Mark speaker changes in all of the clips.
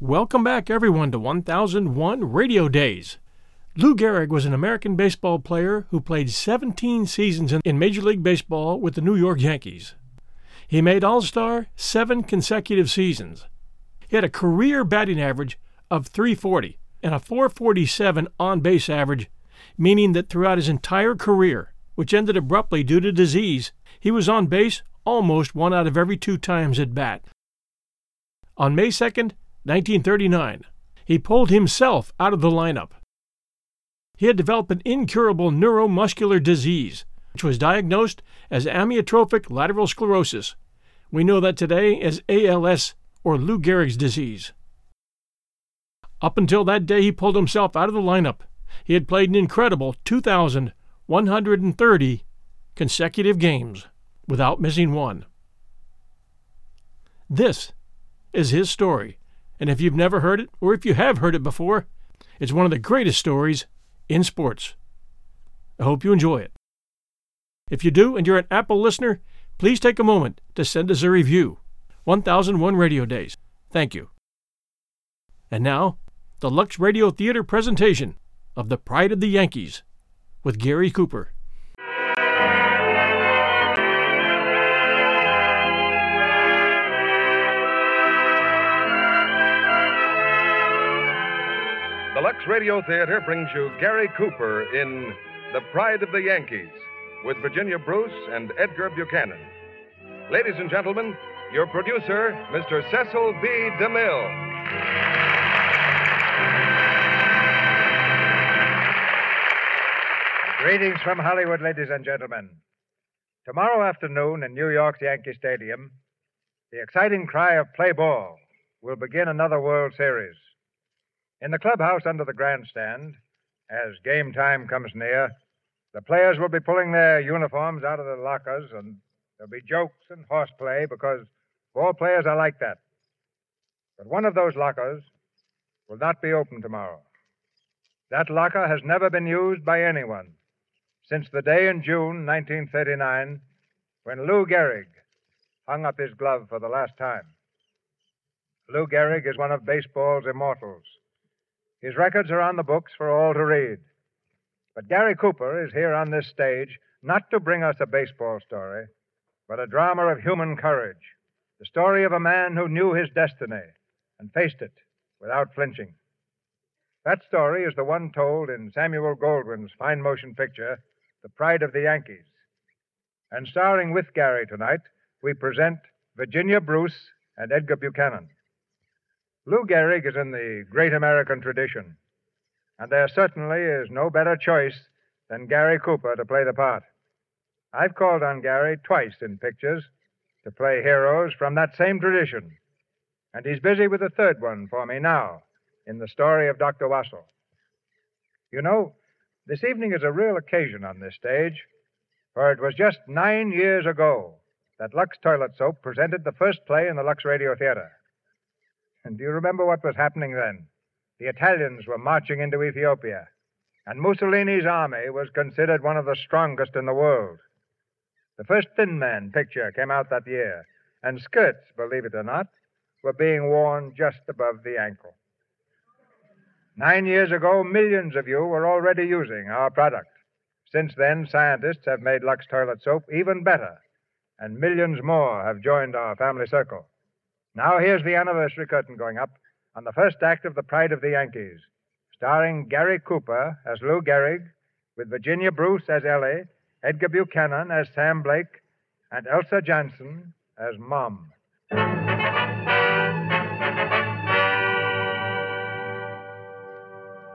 Speaker 1: Welcome back, everyone, to 1001 Radio Days. Lou Gehrig was an American baseball player who played 17 seasons in- in Major League Baseball with the New York Yankees. He made All Star seven consecutive seasons. He had a career batting average of 340 and a 447 on base average, meaning that throughout his entire career, which ended abruptly due to disease, he was on base almost one out of every two times at bat. On May 2nd, 1939, he pulled himself out of the lineup. He had developed an incurable neuromuscular disease, which was diagnosed as amyotrophic lateral sclerosis. We know that today as ALS or Lou Gehrig's disease. Up until that day, he pulled himself out of the lineup. He had played an incredible 2,130 consecutive games without missing one. This is his story, and if you've never heard it, or if you have heard it before, it's one of the greatest stories in sports. I hope you enjoy it. If you do and you're an Apple listener, please take a moment to send us a review. 1001 Radio Days. Thank you. And now, the Lux Radio Theater presentation of The Pride of the Yankees with Gary Cooper.
Speaker 2: The Lux Radio Theater brings you Gary Cooper in The Pride of the Yankees with Virginia Bruce and Edgar Buchanan. Ladies and gentlemen, your producer, Mr. Cecil B. DeMille.
Speaker 3: Greetings from Hollywood, ladies and gentlemen. Tomorrow afternoon in New York's Yankee Stadium, the exciting cry of play ball will begin another World Series. In the clubhouse under the grandstand, as game time comes near, the players will be pulling their uniforms out of the lockers and there'll be jokes and horseplay because ball players are like that. But one of those lockers will not be open tomorrow. That locker has never been used by anyone since the day in June 1939 when Lou Gehrig hung up his glove for the last time. Lou Gehrig is one of baseball's immortals. His records are on the books for all to read. But Gary Cooper is here on this stage not to bring us a baseball story, but a drama of human courage, the story of a man who knew his destiny and faced it without flinching. That story is the one told in Samuel Goldwyn's fine motion picture, The Pride of the Yankees. And starring with Gary tonight, we present Virginia Bruce and Edgar Buchanan. Lou Gehrig is in the great American tradition, and there certainly is no better choice than Gary Cooper to play the part. I've called on Gary twice in pictures to play heroes from that same tradition, and he's busy with a third one for me now in the story of Dr. Wassel. You know, this evening is a real occasion on this stage, for it was just nine years ago that Lux Toilet Soap presented the first play in the Lux Radio Theater. And do you remember what was happening then? The Italians were marching into Ethiopia, and Mussolini's army was considered one of the strongest in the world. The first Thin Man picture came out that year, and skirts, believe it or not, were being worn just above the ankle. Nine years ago, millions of you were already using our product. Since then, scientists have made Lux Toilet Soap even better, and millions more have joined our family circle. Now, here's the anniversary curtain going up on the first act of The Pride of the Yankees, starring Gary Cooper as Lou Gehrig, with Virginia Bruce as Ellie, Edgar Buchanan as Sam Blake, and Elsa Johnson as Mom.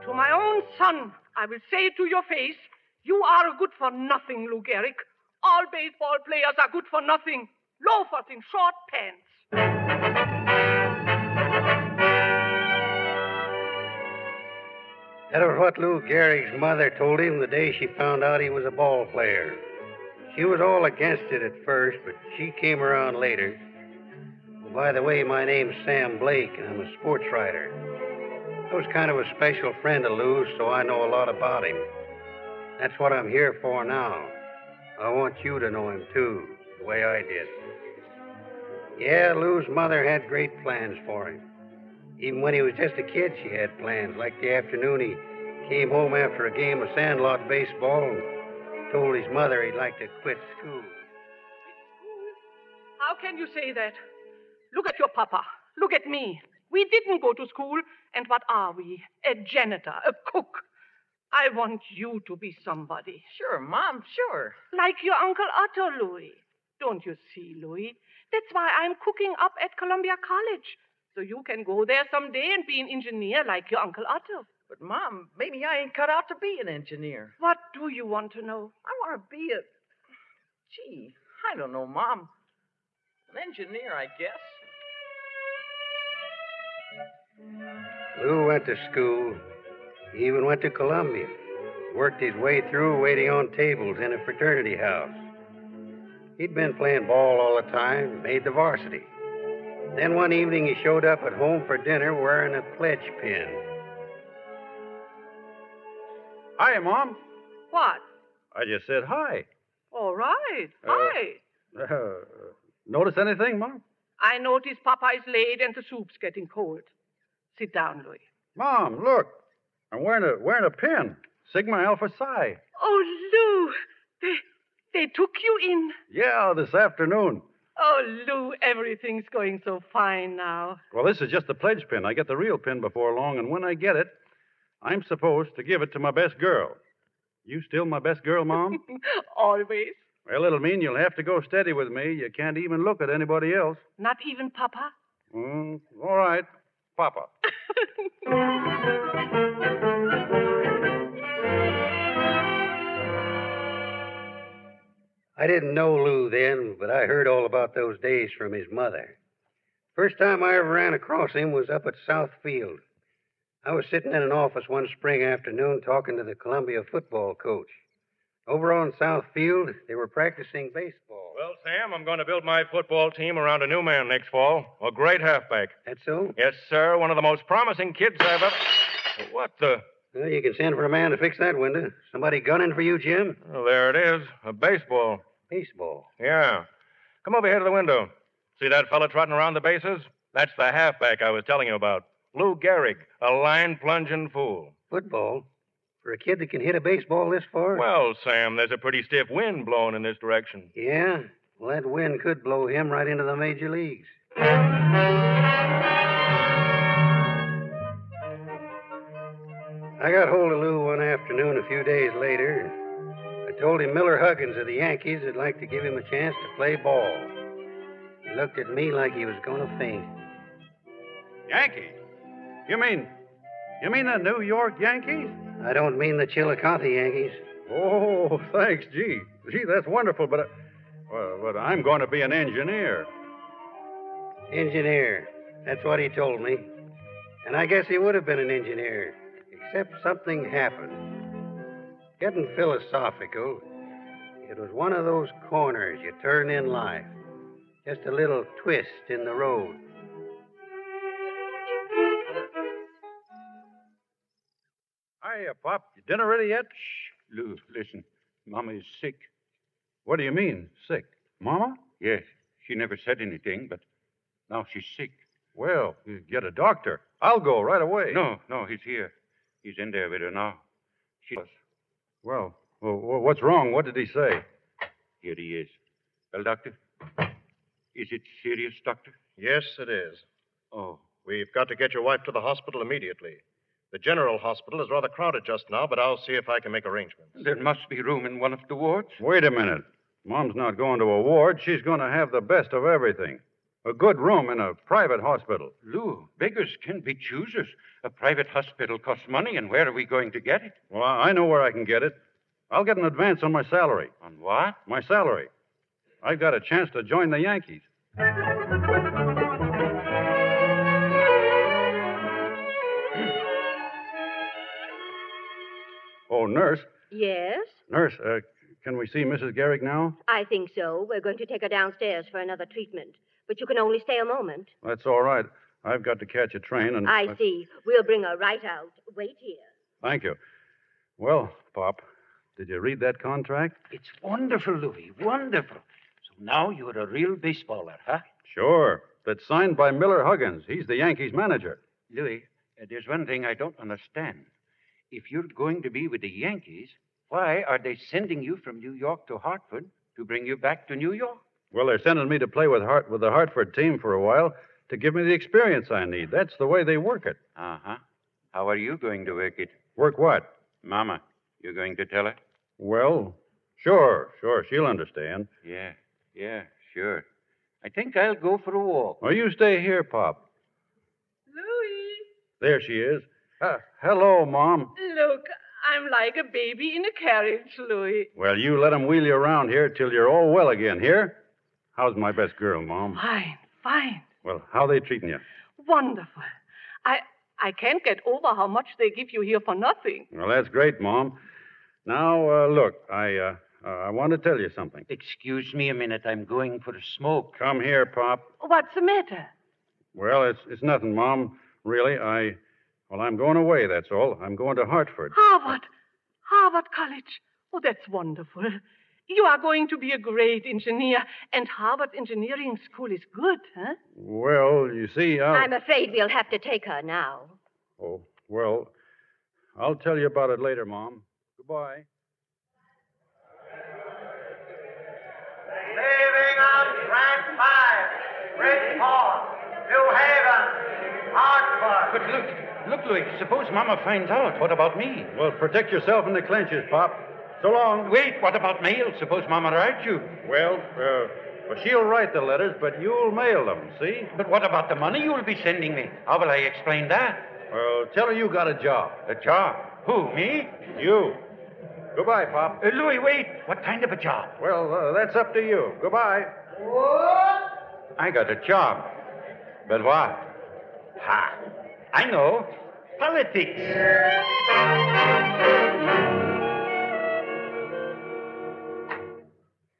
Speaker 4: To my own son, I will say to your face, you are good for nothing, Lou Gehrig. All baseball players are good for nothing. Loafers in short pants.
Speaker 5: That was what Lou Gehrig's mother told him the day she found out he was a ball player. She was all against it at first, but she came around later. Oh, by the way, my name's Sam Blake, and I'm a sports writer. I was kind of a special friend of Lou's, so I know a lot about him. That's what I'm here for now. I want you to know him, too, the way I did. Yeah, Lou's mother had great plans for him. Even when he was just a kid, she had plans. Like the afternoon he came home after a game of sandlot baseball and told his mother he'd like to quit school.
Speaker 4: How can you say that? Look at your papa. Look at me. We didn't go to school, and what are we? A janitor, a cook. I want you to be somebody.
Speaker 6: Sure, Mom, sure.
Speaker 4: Like your Uncle Otto, Louis. Don't you see, Louis? That's why I'm cooking up at Columbia College. So you can go there someday and be an engineer like your Uncle Otto.
Speaker 6: But, Mom, maybe I ain't cut out to be an engineer.
Speaker 4: What do you want to know?
Speaker 6: I want to be a. Gee, I don't know, Mom. An engineer, I guess.
Speaker 5: Lou went to school. He even went to Columbia. Worked his way through waiting on tables in a fraternity house. He'd been playing ball all the time, made the varsity. Then one evening he showed up at home for dinner wearing a pledge pin.
Speaker 7: Hi, Mom.
Speaker 4: What?
Speaker 7: I just said hi.
Speaker 4: All right.
Speaker 7: Uh,
Speaker 4: Hi.
Speaker 7: Uh, notice anything, Mom?
Speaker 4: I notice papa is late and the soup's getting cold. Sit down, Louis.
Speaker 7: Mom, look. I'm wearing a wearing a pin. Sigma Alpha Psi.
Speaker 4: Oh, Lou, they, they took you in.
Speaker 7: Yeah, this afternoon.
Speaker 4: Oh, Lou, everything's going so fine now.
Speaker 7: Well, this is just the pledge pin. I get the real pin before long, and when I get it, I'm supposed to give it to my best girl. You still my best girl, Mom?
Speaker 4: Always.
Speaker 7: well, it'll mean you'll have to go steady with me. You can't even look at anybody else.
Speaker 4: Not even papa?
Speaker 7: Mm, all right, Papa.
Speaker 5: I didn't know Lou then, but I heard all about those days from his mother. First time I ever ran across him was up at South Field. I was sitting in an office one spring afternoon talking to the Columbia football coach. Over on South Field, they were practicing baseball.
Speaker 2: Well, Sam, I'm going to build my football team around a new man next fall. A great halfback.
Speaker 5: That's so?
Speaker 2: Yes, sir. One of the most promising kids I've ever. What the?
Speaker 5: Well, you can send for a man to fix that window. Somebody gunning for you, Jim?
Speaker 2: Oh, there it is. A baseball.
Speaker 5: Baseball.
Speaker 2: Yeah. Come over here to the window. See that fella trotting around the bases? That's the halfback I was telling you about. Lou Gehrig, a line plunging fool.
Speaker 5: Football? For a kid that can hit a baseball this far?
Speaker 2: Well, Sam, there's a pretty stiff wind blowing in this direction.
Speaker 5: Yeah. Well, that wind could blow him right into the major leagues. I got hold of Lou one afternoon a few days later. I told him Miller Huggins of the Yankees would like to give him a chance to play ball. He looked at me like he was going to faint.
Speaker 7: Yankee? You mean. You mean the New York Yankees?
Speaker 5: I don't mean the Chillicothe Yankees.
Speaker 7: Oh, thanks, gee. Gee, that's wonderful, but, uh, well, but I'm going to be an engineer.
Speaker 5: Engineer. That's what he told me. And I guess he would have been an engineer, except something happened. Getting philosophical, it was one of those corners you turn in life. Just a little twist in the road.
Speaker 7: Hiya, uh, Pop. You dinner ready yet? Shh, Lou, listen. Mama's sick. What do you mean, sick? Mama? Yes. She never said anything, but now she's sick. Well, you get a doctor. I'll go right away. No, no, he's here. He's in there with her now. She Well, well, wh- what's wrong? What did he say? Here he is. Well, doctor, is it serious, doctor?
Speaker 8: Yes, it is.
Speaker 7: Oh,
Speaker 8: We've got to get your wife to the hospital immediately. The general hospital is rather crowded just now, but I'll see if I can make arrangements.
Speaker 9: There must be room in one of the wards.
Speaker 7: Wait a minute. Mom's not going to a ward. She's going to have the best of everything. A good room in a private hospital.
Speaker 9: Lou, beggars can be choosers. A private hospital costs money, and where are we going to get it?
Speaker 7: Well, I I know where I can get it. I'll get an advance on my salary.
Speaker 9: On what?
Speaker 7: My salary. I've got a chance to join the Yankees. Oh, nurse,
Speaker 10: Yes,
Speaker 7: nurse, uh, can we see Mrs. Garrick now?
Speaker 10: I think so. We're going to take her downstairs for another treatment. But you can only stay a moment.
Speaker 7: That's all right. I've got to catch a train, and uh,
Speaker 10: I see. We'll bring her right out. Wait here.
Speaker 7: Thank you. Well, Pop, did you read that contract?
Speaker 9: It's wonderful, Louis. Wonderful. So now you're a real baseballer, huh?
Speaker 7: Sure. That's signed by Miller Huggins. He's the Yankees manager.
Speaker 9: Louis, uh, there's one thing I don't understand. If you're going to be with the Yankees, why are they sending you from New York to Hartford to bring you back to New York?
Speaker 7: Well, they're sending me to play with Hart with the Hartford team for a while to give me the experience I need. That's the way they work it.
Speaker 9: Uh huh. How are you going to work it?
Speaker 7: Work what?
Speaker 9: Mama, you're going to tell her?
Speaker 7: Well, sure, sure, she'll understand.
Speaker 9: Yeah, yeah, sure. I think I'll go for a walk.
Speaker 7: Well, you stay here, Pop.
Speaker 4: Louis,
Speaker 7: There she is. Uh, hello, Mom.
Speaker 4: look, I'm like a baby in a carriage, Louis.
Speaker 7: Well, you let 'em wheel you around here till you're all well again. Here, how's my best girl, Mom?
Speaker 4: Fine, fine,
Speaker 7: Well, how they treating you?
Speaker 4: wonderful. I I can't get over how much they give you here for nothing.
Speaker 7: Well, that's great, Mom. Now, uh, look, I uh, uh, I want to tell you something.
Speaker 9: Excuse me a minute. I'm going for a smoke.
Speaker 7: Come here, Pop.
Speaker 4: What's the matter?
Speaker 7: Well, it's it's nothing, Mom. Really, I. Well, I'm going away. That's all. I'm going to Hartford.
Speaker 4: Harvard, Harvard College. Oh, that's wonderful. You are going to be a great engineer, and Harvard Engineering School is good, huh?
Speaker 7: Well, you see, I.
Speaker 10: I'm afraid we'll have to take her now.
Speaker 7: Oh, well, I'll tell you about it later, Mom. Goodbye.
Speaker 11: Leaving on track five, Bridgeport, New Haven, Hartford.
Speaker 9: But look, look, Louis. Suppose Mama finds out. What about me?
Speaker 7: Well, protect yourself in the clenches, Pop. So long.
Speaker 9: Wait, what about mail? Suppose Mama writes you.
Speaker 7: Well, uh, well, she'll write the letters, but you'll mail them, see?
Speaker 9: But what about the money you'll be sending me? How will I explain that?
Speaker 7: Well, tell her you got a job.
Speaker 9: A job. Who, me?
Speaker 7: You. Goodbye, Pop.
Speaker 9: Uh, Louis, wait. What kind of a job?
Speaker 7: Well, uh, that's up to you. Goodbye.
Speaker 9: I got a job. But what? Ha! I know. Politics.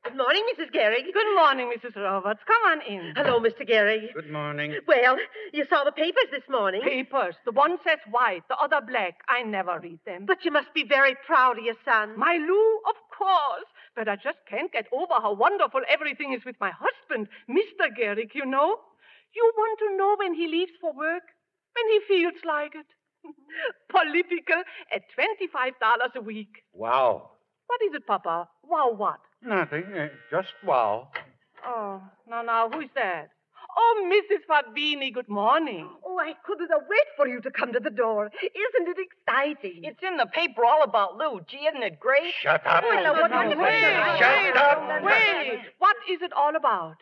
Speaker 12: Good morning, Mrs. Gehrig.
Speaker 4: Good morning, Mrs. Roberts. Come on in.
Speaker 12: Hello, Mr. Gehrig.
Speaker 9: Good morning.
Speaker 12: Well, you saw the papers this morning.
Speaker 4: Papers. The one says white, the other black. I never read them.
Speaker 12: But you must be very proud of your son.
Speaker 4: My Lou, of course. But I just can't get over how wonderful everything is with my husband, Mr. Garrick, you know. You want to know when he leaves for work? When he feels like it. Political at $25 a week.
Speaker 9: Wow.
Speaker 4: What is it, Papa? Wow, what?
Speaker 9: Nothing. eh, Just wow.
Speaker 4: Oh, now, now, who's that? Oh, Mrs. Fabini, good morning.
Speaker 13: Oh, I couldn't wait for you to come to the door. Isn't it exciting?
Speaker 14: It's in the paper all about Lou. Gee, isn't it great?
Speaker 9: Shut up.
Speaker 13: Oh, no, what- what-
Speaker 4: Wait,
Speaker 9: Shut
Speaker 4: wait,
Speaker 9: up.
Speaker 4: Wait, what is it all about?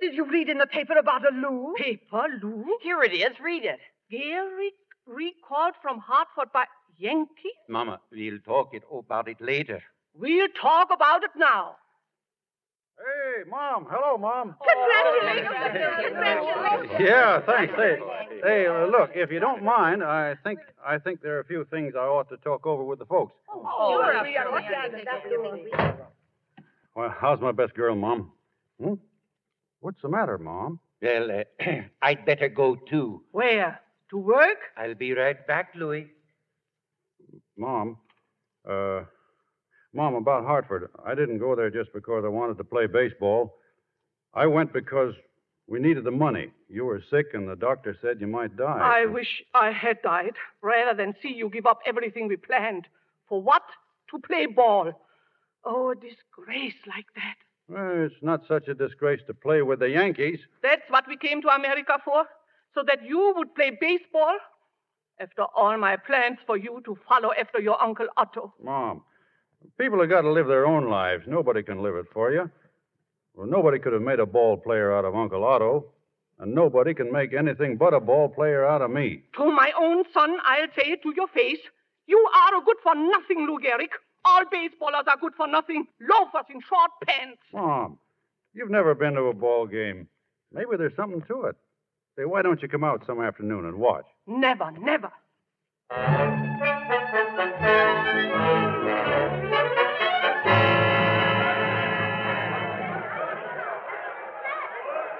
Speaker 13: Did you read in the paper about a Lou?
Speaker 4: Paper, Lou?
Speaker 14: Here it is. Read it.
Speaker 4: Garrick recalled from Hartford by Yankee?
Speaker 9: Mama, we'll talk it about it later.
Speaker 4: We'll talk about it now.
Speaker 7: Hey, Mom. Hello, Mom.
Speaker 12: Congratulations.
Speaker 7: Yeah, thanks. Hey, hey uh, look, if you don't mind, I think I think there are a few things I ought to talk over with the folks. Well, how's my best girl, Mom? Hmm? What's the matter, Mom?
Speaker 9: Well, uh, I'd better go too.
Speaker 4: Where? To work?
Speaker 9: I'll be right back, Louis.
Speaker 7: Mom, uh, Mom, about Hartford. I didn't go there just because I wanted to play baseball. I went because we needed the money. You were sick, and the doctor said you might die.
Speaker 4: I wish I had died rather than see you give up everything we planned. For what? To play ball. Oh, a disgrace like that.
Speaker 7: Well, it's not such a disgrace to play with the Yankees.
Speaker 4: That's what we came to America for? So that you would play baseball? After all my plans for you to follow after your Uncle Otto.
Speaker 7: Mom, people have got to live their own lives. Nobody can live it for you. Well, nobody could have made a ball player out of Uncle Otto, and nobody can make anything but a ball player out of me.
Speaker 4: To my own son, I'll say it to your face. You are a good for nothing, Lou Gehrig. All baseballers are good for nothing. Loafers in short pants.
Speaker 7: Mom, you've never been to a ball game. Maybe there's something to it. Say, why don't you come out some afternoon and watch?
Speaker 4: Never, never.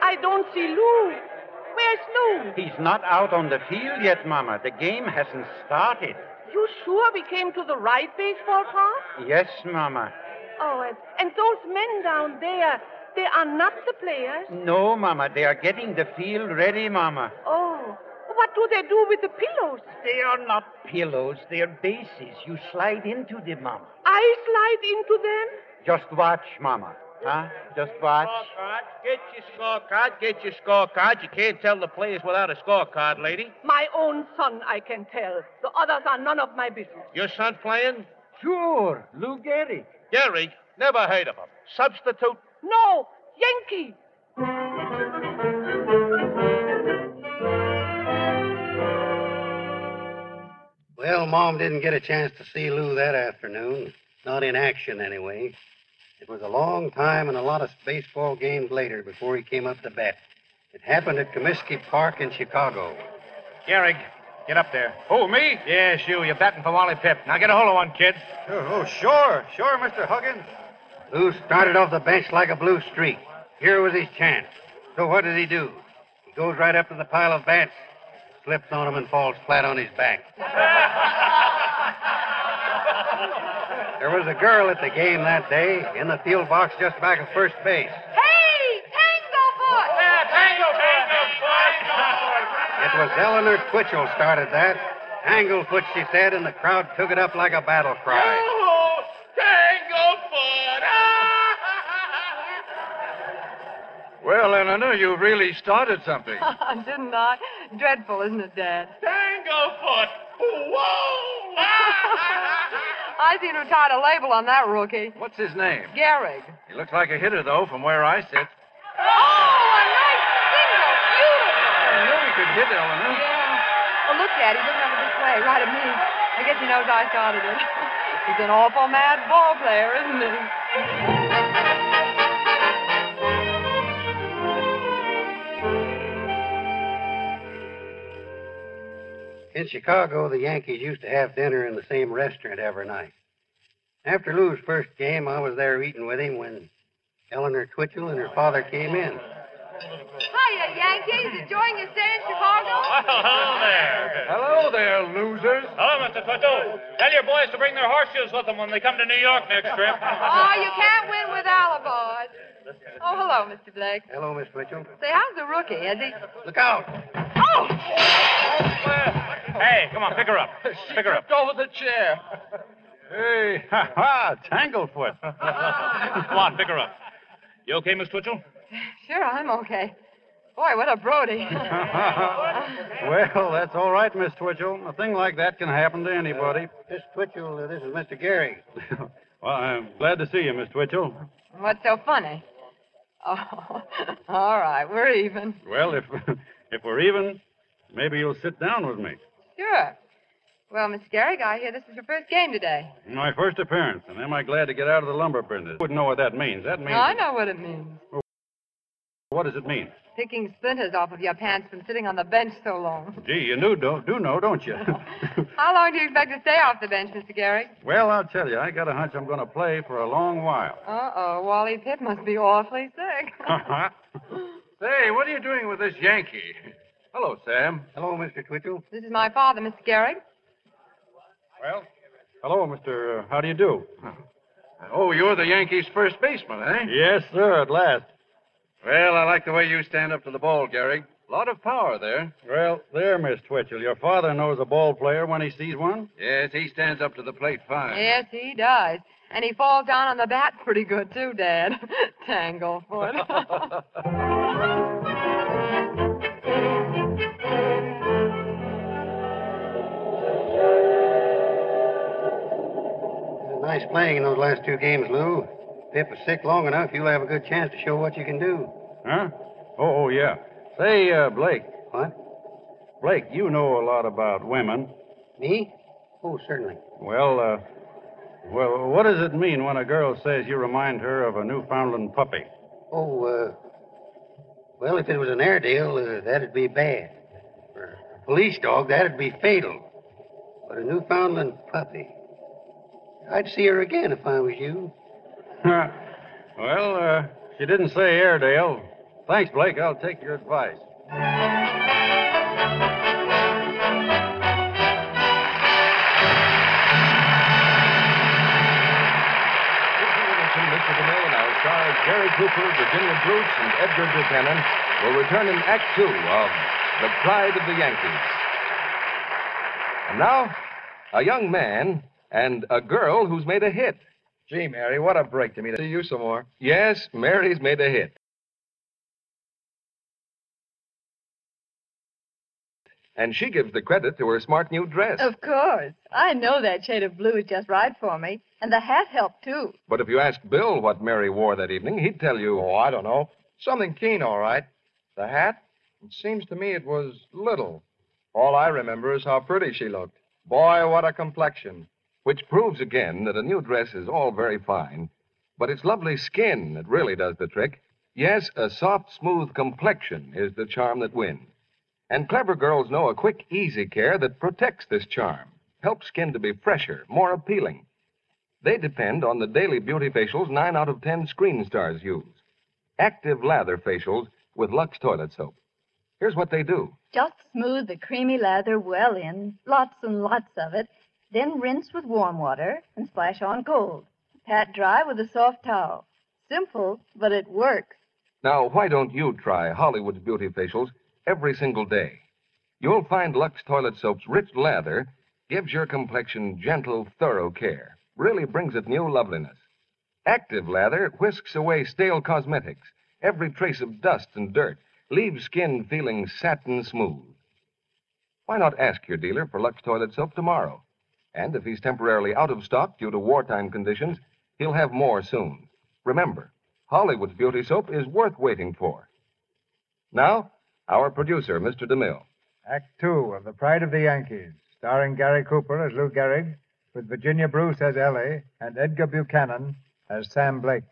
Speaker 4: I don't see Lou. Where's Lou?
Speaker 9: He's not out on the field yet, Mama. The game hasn't started.
Speaker 4: You sure we came to the right baseball park?
Speaker 9: Yes, Mama.
Speaker 4: Oh, and, and those men down there, they are not the players.
Speaker 9: No, Mama. They are getting the field ready, Mama.
Speaker 4: Oh, What do they do with the pillows?
Speaker 9: They are not pillows, they're bases. You slide into them, Mama.
Speaker 4: I slide into them?
Speaker 15: Just watch, Mama. Huh? Just watch.
Speaker 11: Scorecard. Get your scorecard. Get your scorecard. You can't tell the players without a scorecard, lady.
Speaker 4: My own son, I can tell. The others are none of my business.
Speaker 11: Your son playing?
Speaker 9: Sure, Lou Gehrig.
Speaker 11: Gehrig? Never heard of him. Substitute?
Speaker 4: No, Yankee.
Speaker 5: Well, Mom didn't get a chance to see Lou that afternoon. Not in action, anyway. It was a long time and a lot of baseball games later before he came up to bat. It happened at Comiskey Park in Chicago.
Speaker 16: Gehrig, get up there.
Speaker 17: Who, me?
Speaker 16: Yes, you. You're batting for Wally Pip. Now get a hold of one, kid.
Speaker 17: Oh, sure, sure, Mr. Huggins.
Speaker 5: Lou started off the bench like a blue streak. Here was his chance. So what does he do? He goes right up to the pile of bats, slips on them, and falls flat on his back. There was a girl at the game that day in the field box just back of first base.
Speaker 11: Hey, Tango Boy! Yeah, Tango Tango
Speaker 5: It was Eleanor Twitchell started that. Tanglefoot, she said, and the crowd took it up like a battle cry.
Speaker 11: Oh, Tango Boy!
Speaker 7: Well, Eleanor, you really started something.
Speaker 6: Didn't I? Dreadful, isn't it, Dad?
Speaker 11: Tango Foot! Whoa!
Speaker 6: I seen who tied a label on that rookie.
Speaker 7: What's his name?
Speaker 6: Gehrig.
Speaker 7: He looked like a hitter, though, from where I sit. I
Speaker 11: Oh,
Speaker 7: knew he could hit, Eleanor.
Speaker 6: Oh, look, Dad, he's looking over this way, right at me. I guess he knows I started it. he's an awful mad ball player, isn't he?
Speaker 5: In Chicago, the Yankees used to have dinner in the same restaurant every night. After Lou's first game, I was there eating with him when Eleanor Twitchell and her father came in.
Speaker 18: Hiya, Yankees. Enjoying your stay in Chicago?
Speaker 11: Oh,
Speaker 8: Hello there.
Speaker 7: Hello there, losers.
Speaker 8: Hello, Mr. Toto. Tell your boys to bring their horseshoes with them when they come to New York next trip.
Speaker 6: Ah,
Speaker 18: Oh, you can't win with Alibars.
Speaker 6: Oh, hello, Mr. Blake.
Speaker 5: Hello, Miss Twitchell.
Speaker 6: Say, how's the rookie? Is he?
Speaker 5: Look out!
Speaker 6: Oh!
Speaker 8: Hey, come on, pick her up. Pick her up.
Speaker 7: Over the chair. Hey, ha ha, Tanglefoot.
Speaker 8: Come on, pick her up. You okay, Miss Twitchell?
Speaker 6: Sure, I'm okay. Boy, what a Brody.
Speaker 5: Well, that's all right, Miss Twitchell. A thing like that can happen to anybody. Miss Twitchell, uh, this is Mr. Gary.
Speaker 7: Well, I'm glad to see you, Miss Twitchell.
Speaker 6: What's so funny? Oh, all right, we're even.
Speaker 7: Well, if if we're even, maybe you'll sit down with me.
Speaker 6: Sure. Well, Miss Garrick, I hear this is your first game today.
Speaker 7: My first appearance, and am I glad to get out of the lumber business? Wouldn't know what that means. That means.
Speaker 6: I know what it means.
Speaker 7: What does it mean?
Speaker 6: Picking splinters off of your pants from sitting on the bench so long.
Speaker 7: Gee, you do, do, do know, don't you?
Speaker 6: How long do you expect to stay off the bench, Mr. Garrick?
Speaker 7: well, I'll tell you, I got a hunch I'm going to play for a long while.
Speaker 6: Uh-oh, Wally Pitt must be awfully sick.
Speaker 7: Say, what are you doing with this Yankee? Hello, Sam.
Speaker 5: Hello, Mr. Twitchell.
Speaker 6: this is my father, Mr. Garrick.
Speaker 7: Well? Hello, Mr. Uh, how do you do?
Speaker 16: Oh, you're the Yankees' first baseman, eh?
Speaker 7: Yes, sir, at last.
Speaker 16: Well, I like the way you stand up to the ball, Gehrig. A lot of power there.
Speaker 7: Well, there, Miss Twitchell. Your father knows a ball player when he sees one.
Speaker 16: Yes, he stands up to the plate fine.
Speaker 6: Yes, he does. And he falls down on the bat pretty good, too, Dad. Tanglefoot.
Speaker 5: Nice playing in those last two games, Lou. Pip is sick long enough, you'll have a good chance to show what you can do.
Speaker 7: Huh? Oh, oh yeah. Say, uh, Blake.
Speaker 5: What?
Speaker 7: Blake, you know a lot about women.
Speaker 5: Me? Oh, certainly.
Speaker 7: Well, uh, well, what does it mean when a girl says you remind her of a Newfoundland puppy?
Speaker 5: Oh, uh, well, if it was an Airedale, uh, that'd be bad. For a police dog, that'd be fatal. But a Newfoundland puppy. I'd see her again if I was you.
Speaker 7: well, uh, she didn't say Airedale. Thanks, Blake. I'll take your advice.
Speaker 19: Minutes of the Mail now stars Gary Cooper, Virginia Bruce, and Edgar Buchanan will return in Act Two of The Pride of the Yankees. And now, a young man and a girl who's made a hit.
Speaker 20: Gee, Mary, what a break to me to see you some more.
Speaker 19: Yes, Mary's made a hit. And she gives the credit to her smart new dress.
Speaker 21: Of course. I know that shade of blue is just right for me. And the hat helped, too.
Speaker 19: But if you asked Bill what Mary wore that evening, he'd tell you.
Speaker 20: Oh, I don't know. Something keen, all right. The hat? It seems to me it was little. All I remember is how pretty she looked. Boy, what a complexion.
Speaker 19: Which proves again that a new dress is all very fine, but it's lovely skin that really does the trick. Yes, a soft, smooth complexion is the charm that wins. And clever girls know a quick, easy care that protects this charm, helps skin to be fresher, more appealing. They depend on the daily beauty facials nine out of ten screen stars use active lather facials with Lux toilet soap. Here's what they do
Speaker 21: Just smooth the creamy lather well in, lots and lots of it, then rinse with warm water and splash on gold. Pat dry with a soft towel. Simple, but it works.
Speaker 19: Now, why don't you try Hollywood's beauty facials every single day? You'll find Lux Toilet Soap's rich lather gives your complexion gentle, thorough care. Really brings it new loveliness. Active lather whisks away stale cosmetics, every trace of dust and dirt, leaves skin feeling satin smooth. Why not ask your dealer for Lux Toilet Soap tomorrow? And if he's temporarily out of stock due to wartime conditions, he'll have more soon. Remember, Hollywood's beauty soap is worth waiting for. Now, our producer, Mr. DeMille.
Speaker 3: Act two of The Pride of the Yankees, starring Gary Cooper as Lou Gehrig, with Virginia Bruce as Ellie and Edgar Buchanan as Sam Blake.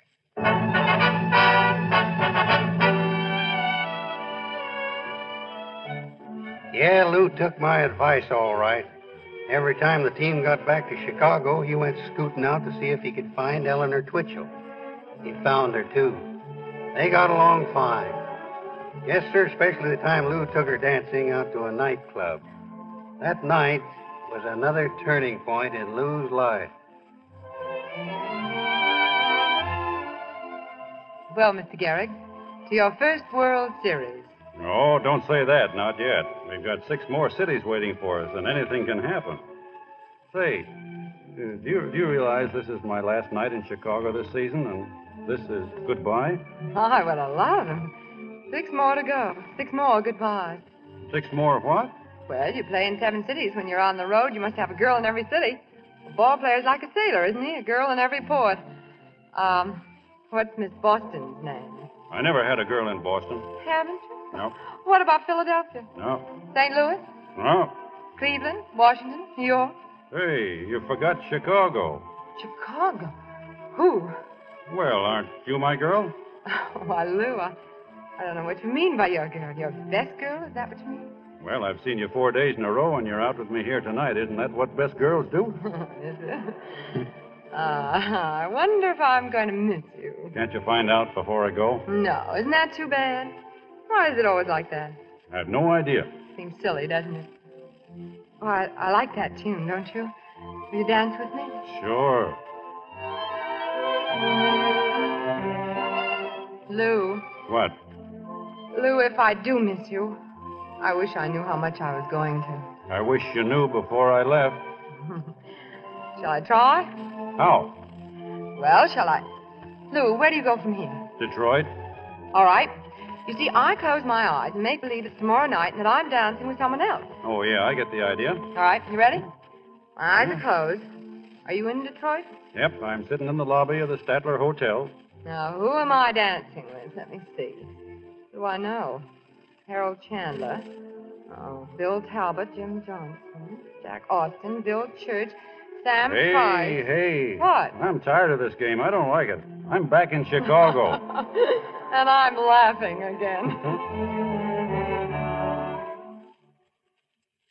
Speaker 5: Yeah, Lou took my advice all right. Every time the team got back to Chicago, he went scooting out to see if he could find Eleanor Twitchell. He found her, too. They got along fine. Yes, sir, especially the time Lou took her dancing out to a nightclub. That night was another turning point in Lou's life.
Speaker 6: Well, Mr. Garrick, to your first World Series.
Speaker 7: No, don't say that. Not yet. We've got six more cities waiting for us, and anything can happen. Say, uh, do you, do you realize this is my last night in Chicago this season, and this is goodbye?
Speaker 6: My, what a lot of them. Six more to go. Six more goodbyes.
Speaker 7: Six more of what?
Speaker 6: Well, you play in seven cities. When you're on the road, you must have a girl in every city. A ball player's like a sailor, isn't he? A girl in every port. Um, what's Miss Boston's name?
Speaker 7: I never had a girl in Boston.
Speaker 6: Haven't you?
Speaker 7: No,
Speaker 6: What about Philadelphia?
Speaker 7: no,
Speaker 6: St. Louis?
Speaker 7: no.
Speaker 6: Cleveland? Washington? New York?
Speaker 7: Hey, you forgot Chicago.
Speaker 6: Chicago? Who?
Speaker 7: Well, aren't you my girl?
Speaker 6: Oh, why, Lou, I, I don't know what you mean by your girl. Your best girl? Is that what you mean?
Speaker 7: Well, I've seen you four days in a row, and you're out with me here tonight. Isn't that what best girls do?
Speaker 6: Is it? Uh, I wonder if I'm going to miss you.
Speaker 7: Can't you find out before I go?
Speaker 6: No, isn't that too bad? Why is it always like that?
Speaker 7: I have no idea.
Speaker 6: Seems silly, doesn't it? Oh, I, I like that tune, don't you? Will you dance with me?
Speaker 7: Sure.
Speaker 6: Lou,
Speaker 7: What?
Speaker 6: Lou, if I do miss you, I wish I knew how much I was going to.
Speaker 7: I wish you knew before I left.
Speaker 6: Shall I try?
Speaker 7: How?
Speaker 6: Well, shall I? Lou, where do you go from here?
Speaker 7: Detroit?
Speaker 6: All right. You see, I close my eyes and make believe it's tomorrow night and that I'm dancing with someone else.
Speaker 7: Oh, yeah, I get the idea.
Speaker 6: All right, you ready? My eyes are closed. Are you in Detroit?
Speaker 7: Yep, I'm sitting in the lobby of the Statler Hotel.
Speaker 6: Now, who am I dancing with? Let me see. Who do I know? Harold Chandler. Oh, Bill Talbot, Jim Johnson, Jack Austin, Bill Church, Sam
Speaker 7: hey,
Speaker 6: Price.
Speaker 7: hey.
Speaker 6: What?
Speaker 7: I'm tired of this game. I don't like it. I'm back in Chicago.
Speaker 6: and I'm laughing again.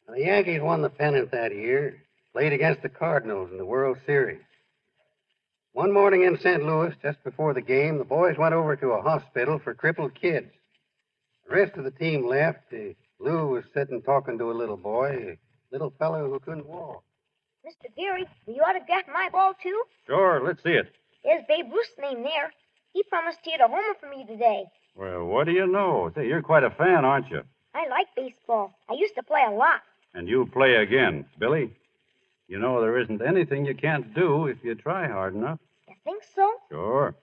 Speaker 5: The Yankees won the pennant that year, played against the Cardinals in the World Series. One morning in St. Louis, just before the game, the boys went over to a hospital for crippled kids. The rest of the team left. Uh, Lou was sitting talking to a little boy, a little fellow who couldn't walk.
Speaker 22: Mr. Geary, will you autograph my ball, too?
Speaker 7: sure, let's see it.
Speaker 22: There's Babe Ruth's name there. He promised to hit a homer for me today.
Speaker 7: Well, what do you know? Say, you're quite a fan, aren't you?
Speaker 22: I I like baseball. I used to play a lot.
Speaker 7: And you play again, Billy. You know there isn't anything you can't do if you try hard enough.
Speaker 22: You think so?
Speaker 7: Sure.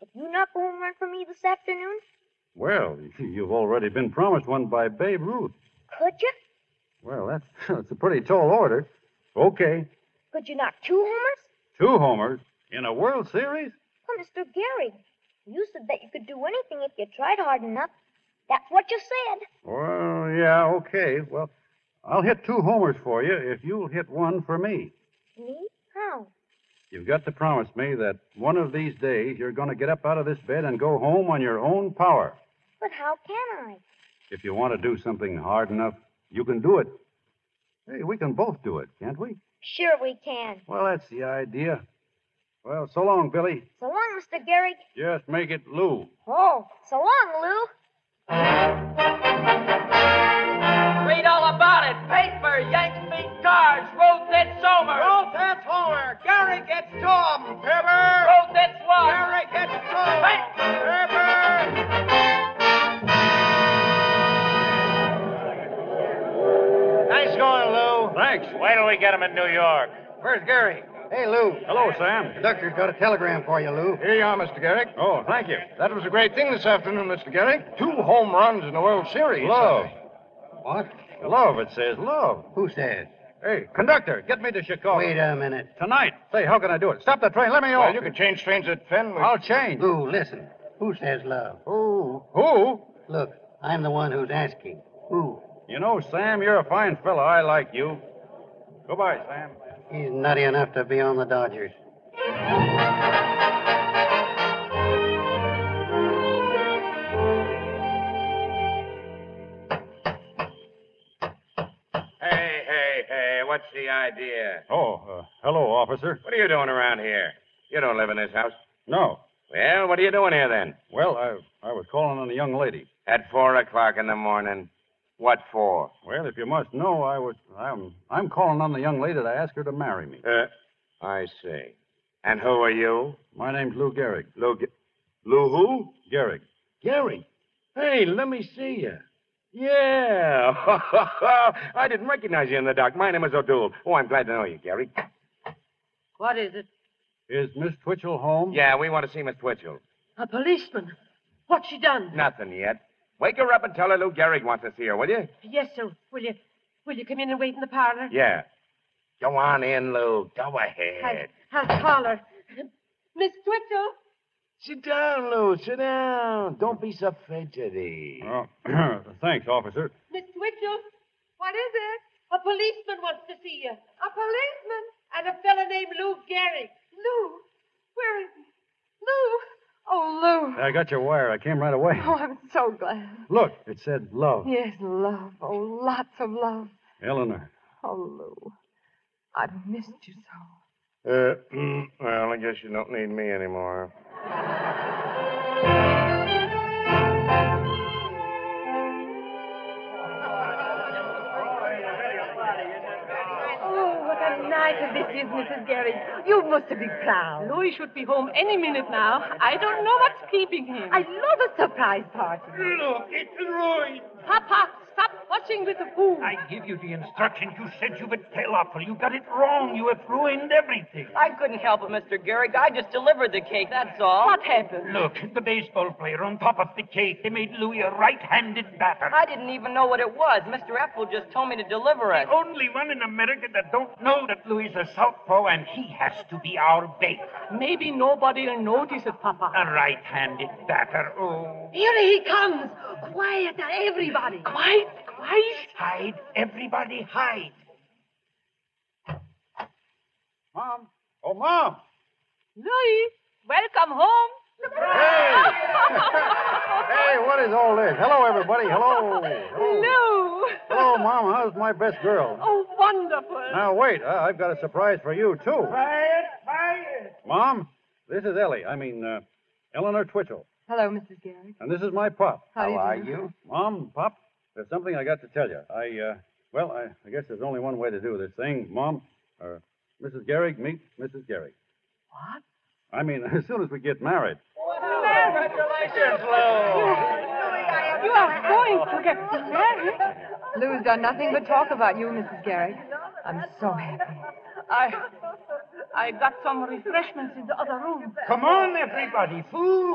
Speaker 22: Did you not go home run for me this afternoon?
Speaker 7: Well, you've already been promised one by Babe Ruth.
Speaker 22: Could you?
Speaker 7: Well, that's, that's a pretty tall order. Okay,
Speaker 22: Could you knock two homers?
Speaker 7: two homers in a World Series?
Speaker 22: Oh, Mr. Gary, you said that you could do anything if you tried hard enough. That's what you said.
Speaker 7: Well, yeah, okay. Well, I'll hit two homers for you if you'll hit one for me.
Speaker 22: Me? How?
Speaker 7: You've got to promise me that one of these days you're going to get up out of this bed and go home on your own power.
Speaker 22: But how can I?
Speaker 7: If you want to do something hard enough, you can do it. Hey, we can both do it, can't we?
Speaker 22: Sure we can.
Speaker 7: Well, that's the idea. Well, so long, Billy.
Speaker 22: So long, Mr. Gehrig.
Speaker 7: Just make it Lou.
Speaker 22: Oh, so long, Lou.
Speaker 11: Read all about it. Paper, Yanks beat Cards, Road that's Homer. Road that's Homer. Gary gets Tom. Pepper. Road that's one. Gary gets Tom.
Speaker 23: Nice going, Lou.
Speaker 24: Thanks. Wait till we get him in New York.
Speaker 5: Where's Gary? Hey, Lou.
Speaker 7: Hello, Sam.
Speaker 5: Conductor's got a telegram for you, Lou.
Speaker 25: Here you are, Mr. Garrick.
Speaker 7: Oh, thank you.
Speaker 25: That was a great thing this afternoon, Mr. Garrick. Two home runs in the World Series.
Speaker 7: Love.
Speaker 5: What?
Speaker 7: Love, it says love.
Speaker 5: Who said?
Speaker 7: Hey, conductor, get me to Chicago.
Speaker 5: Wait a minute.
Speaker 7: Tonight. Say, how can I do it? Stop the train. Let me off.
Speaker 25: Well, you can change trains at Penn.
Speaker 7: I'll change.
Speaker 5: Lou, listen. Who says love?
Speaker 7: Who? Who?
Speaker 5: Look, I'm the one who's asking. Who?
Speaker 7: You know, Sam, you're a fine fella. I like you. Goodbye, Sam.
Speaker 5: He's nutty enough to be on the Dodgers.
Speaker 8: Hey, hey, hey, what's the idea?
Speaker 7: Oh, uh, hello, officer.
Speaker 8: What are you doing around here? You don't live in this house.
Speaker 7: No.
Speaker 8: Well, what are you doing here then?
Speaker 7: Well, I, I was calling on a young lady.
Speaker 8: At four o'clock in the morning. What for?
Speaker 7: Well, if you must know, I was I'm I'm calling on the young lady to ask her to marry me.
Speaker 8: Uh, I see. And who are you?
Speaker 7: My name's Lou Gehrig.
Speaker 8: Lou, Ge- Lou who?
Speaker 7: Gehrig.
Speaker 8: Gary. Hey, let me see you. Yeah. I didn't recognize you in the dark. My name is O'Doul. Oh, I'm glad to know you, Gary.
Speaker 4: What is it?
Speaker 7: Is Miss Twitchell home?
Speaker 8: Yeah, we want to see Miss Twitchell.
Speaker 4: A policeman. What's she done?
Speaker 8: Nothing yet. Wake her up and tell her Lou Gehrig wants to see her, will you?
Speaker 4: Yes, sir. Will you will you come in and wait in the parlor?
Speaker 8: Yeah. Go on in, Lou. Go
Speaker 4: I,
Speaker 8: ahead.
Speaker 4: I'll call her. Miss Twitchell?
Speaker 8: Sit down, Lou. Sit down. Don't be so fidgety.
Speaker 7: Oh, thanks, officer.
Speaker 4: Miss Twitchell? What is it? A policeman wants to see you. A policeman? And a fellow named Lou Gehrig. Lou? Where is he? Lou?
Speaker 6: Oh, Lou.
Speaker 7: I got your wire. I came right away.
Speaker 6: Oh, I'm so glad.
Speaker 7: Look, it said love.
Speaker 6: Yes, love. Oh, lots of love.
Speaker 7: Eleanor.
Speaker 6: Oh, Lou. I've missed you so.
Speaker 8: Uh, well, I guess you don't need me anymore.
Speaker 4: Oh, what a night this is, Mrs. Gary. You must be proud.
Speaker 26: Louis should be home any minute now. I don't know what's keeping him.
Speaker 4: I love a surprise party.
Speaker 23: Look, it's Roy.
Speaker 26: Papa, stop watching with the fool.
Speaker 23: I give you the instructions. You said you would tell Apple. You got it wrong. You have ruined everything.
Speaker 11: I couldn't help it, Mr. Gehrig. I just delivered the cake, that's all.
Speaker 26: What happened?
Speaker 23: Look, the baseball player on top of the cake. They made Louis a right-handed batter.
Speaker 11: I didn't even know what it was. Mr. Apple just told me to deliver it.
Speaker 23: The only one in America that don't know that Louis is a southpaw, and he has to be our bait.
Speaker 26: Maybe nobody'll notice it, Papa.
Speaker 23: A right-handed batter. Oh,
Speaker 4: Here he comes. Quiet, now, everybody.
Speaker 26: Quiet, quiet.
Speaker 23: hide, everybody, hide.
Speaker 7: Mom. Oh, Mom.
Speaker 26: Louis, welcome home.
Speaker 7: Hey, what is all this? Hello, everybody. Hello. Hello,
Speaker 26: Lou.
Speaker 7: Hello Oh, Mom. How's my best girl?
Speaker 26: Oh, wonderful.
Speaker 7: Now, wait. I- I've got a surprise for you, too.
Speaker 23: Quiet, quiet.
Speaker 7: Mom, this is Ellie. I mean, uh, Eleanor Twitchell.
Speaker 6: Hello, Mrs. Garrick.
Speaker 7: And this is my pop.
Speaker 6: How, do you do?
Speaker 7: Mom, Pop, there's something I got to tell you. I, uh, well, I, I guess there's only one way to do this thing. Mom, uh, Mrs. Gehrig, meet Mrs. Gehrig.
Speaker 26: What?
Speaker 7: I mean, as soon as we get married.
Speaker 11: Congratulations, Lou.
Speaker 4: Louis, I am You are going to get married.
Speaker 6: Lou's done nothing but talk about you, Mrs. Garrick. I'm so happy.
Speaker 4: I, I got some refreshments in the other room.
Speaker 23: Come on, everybody. Food.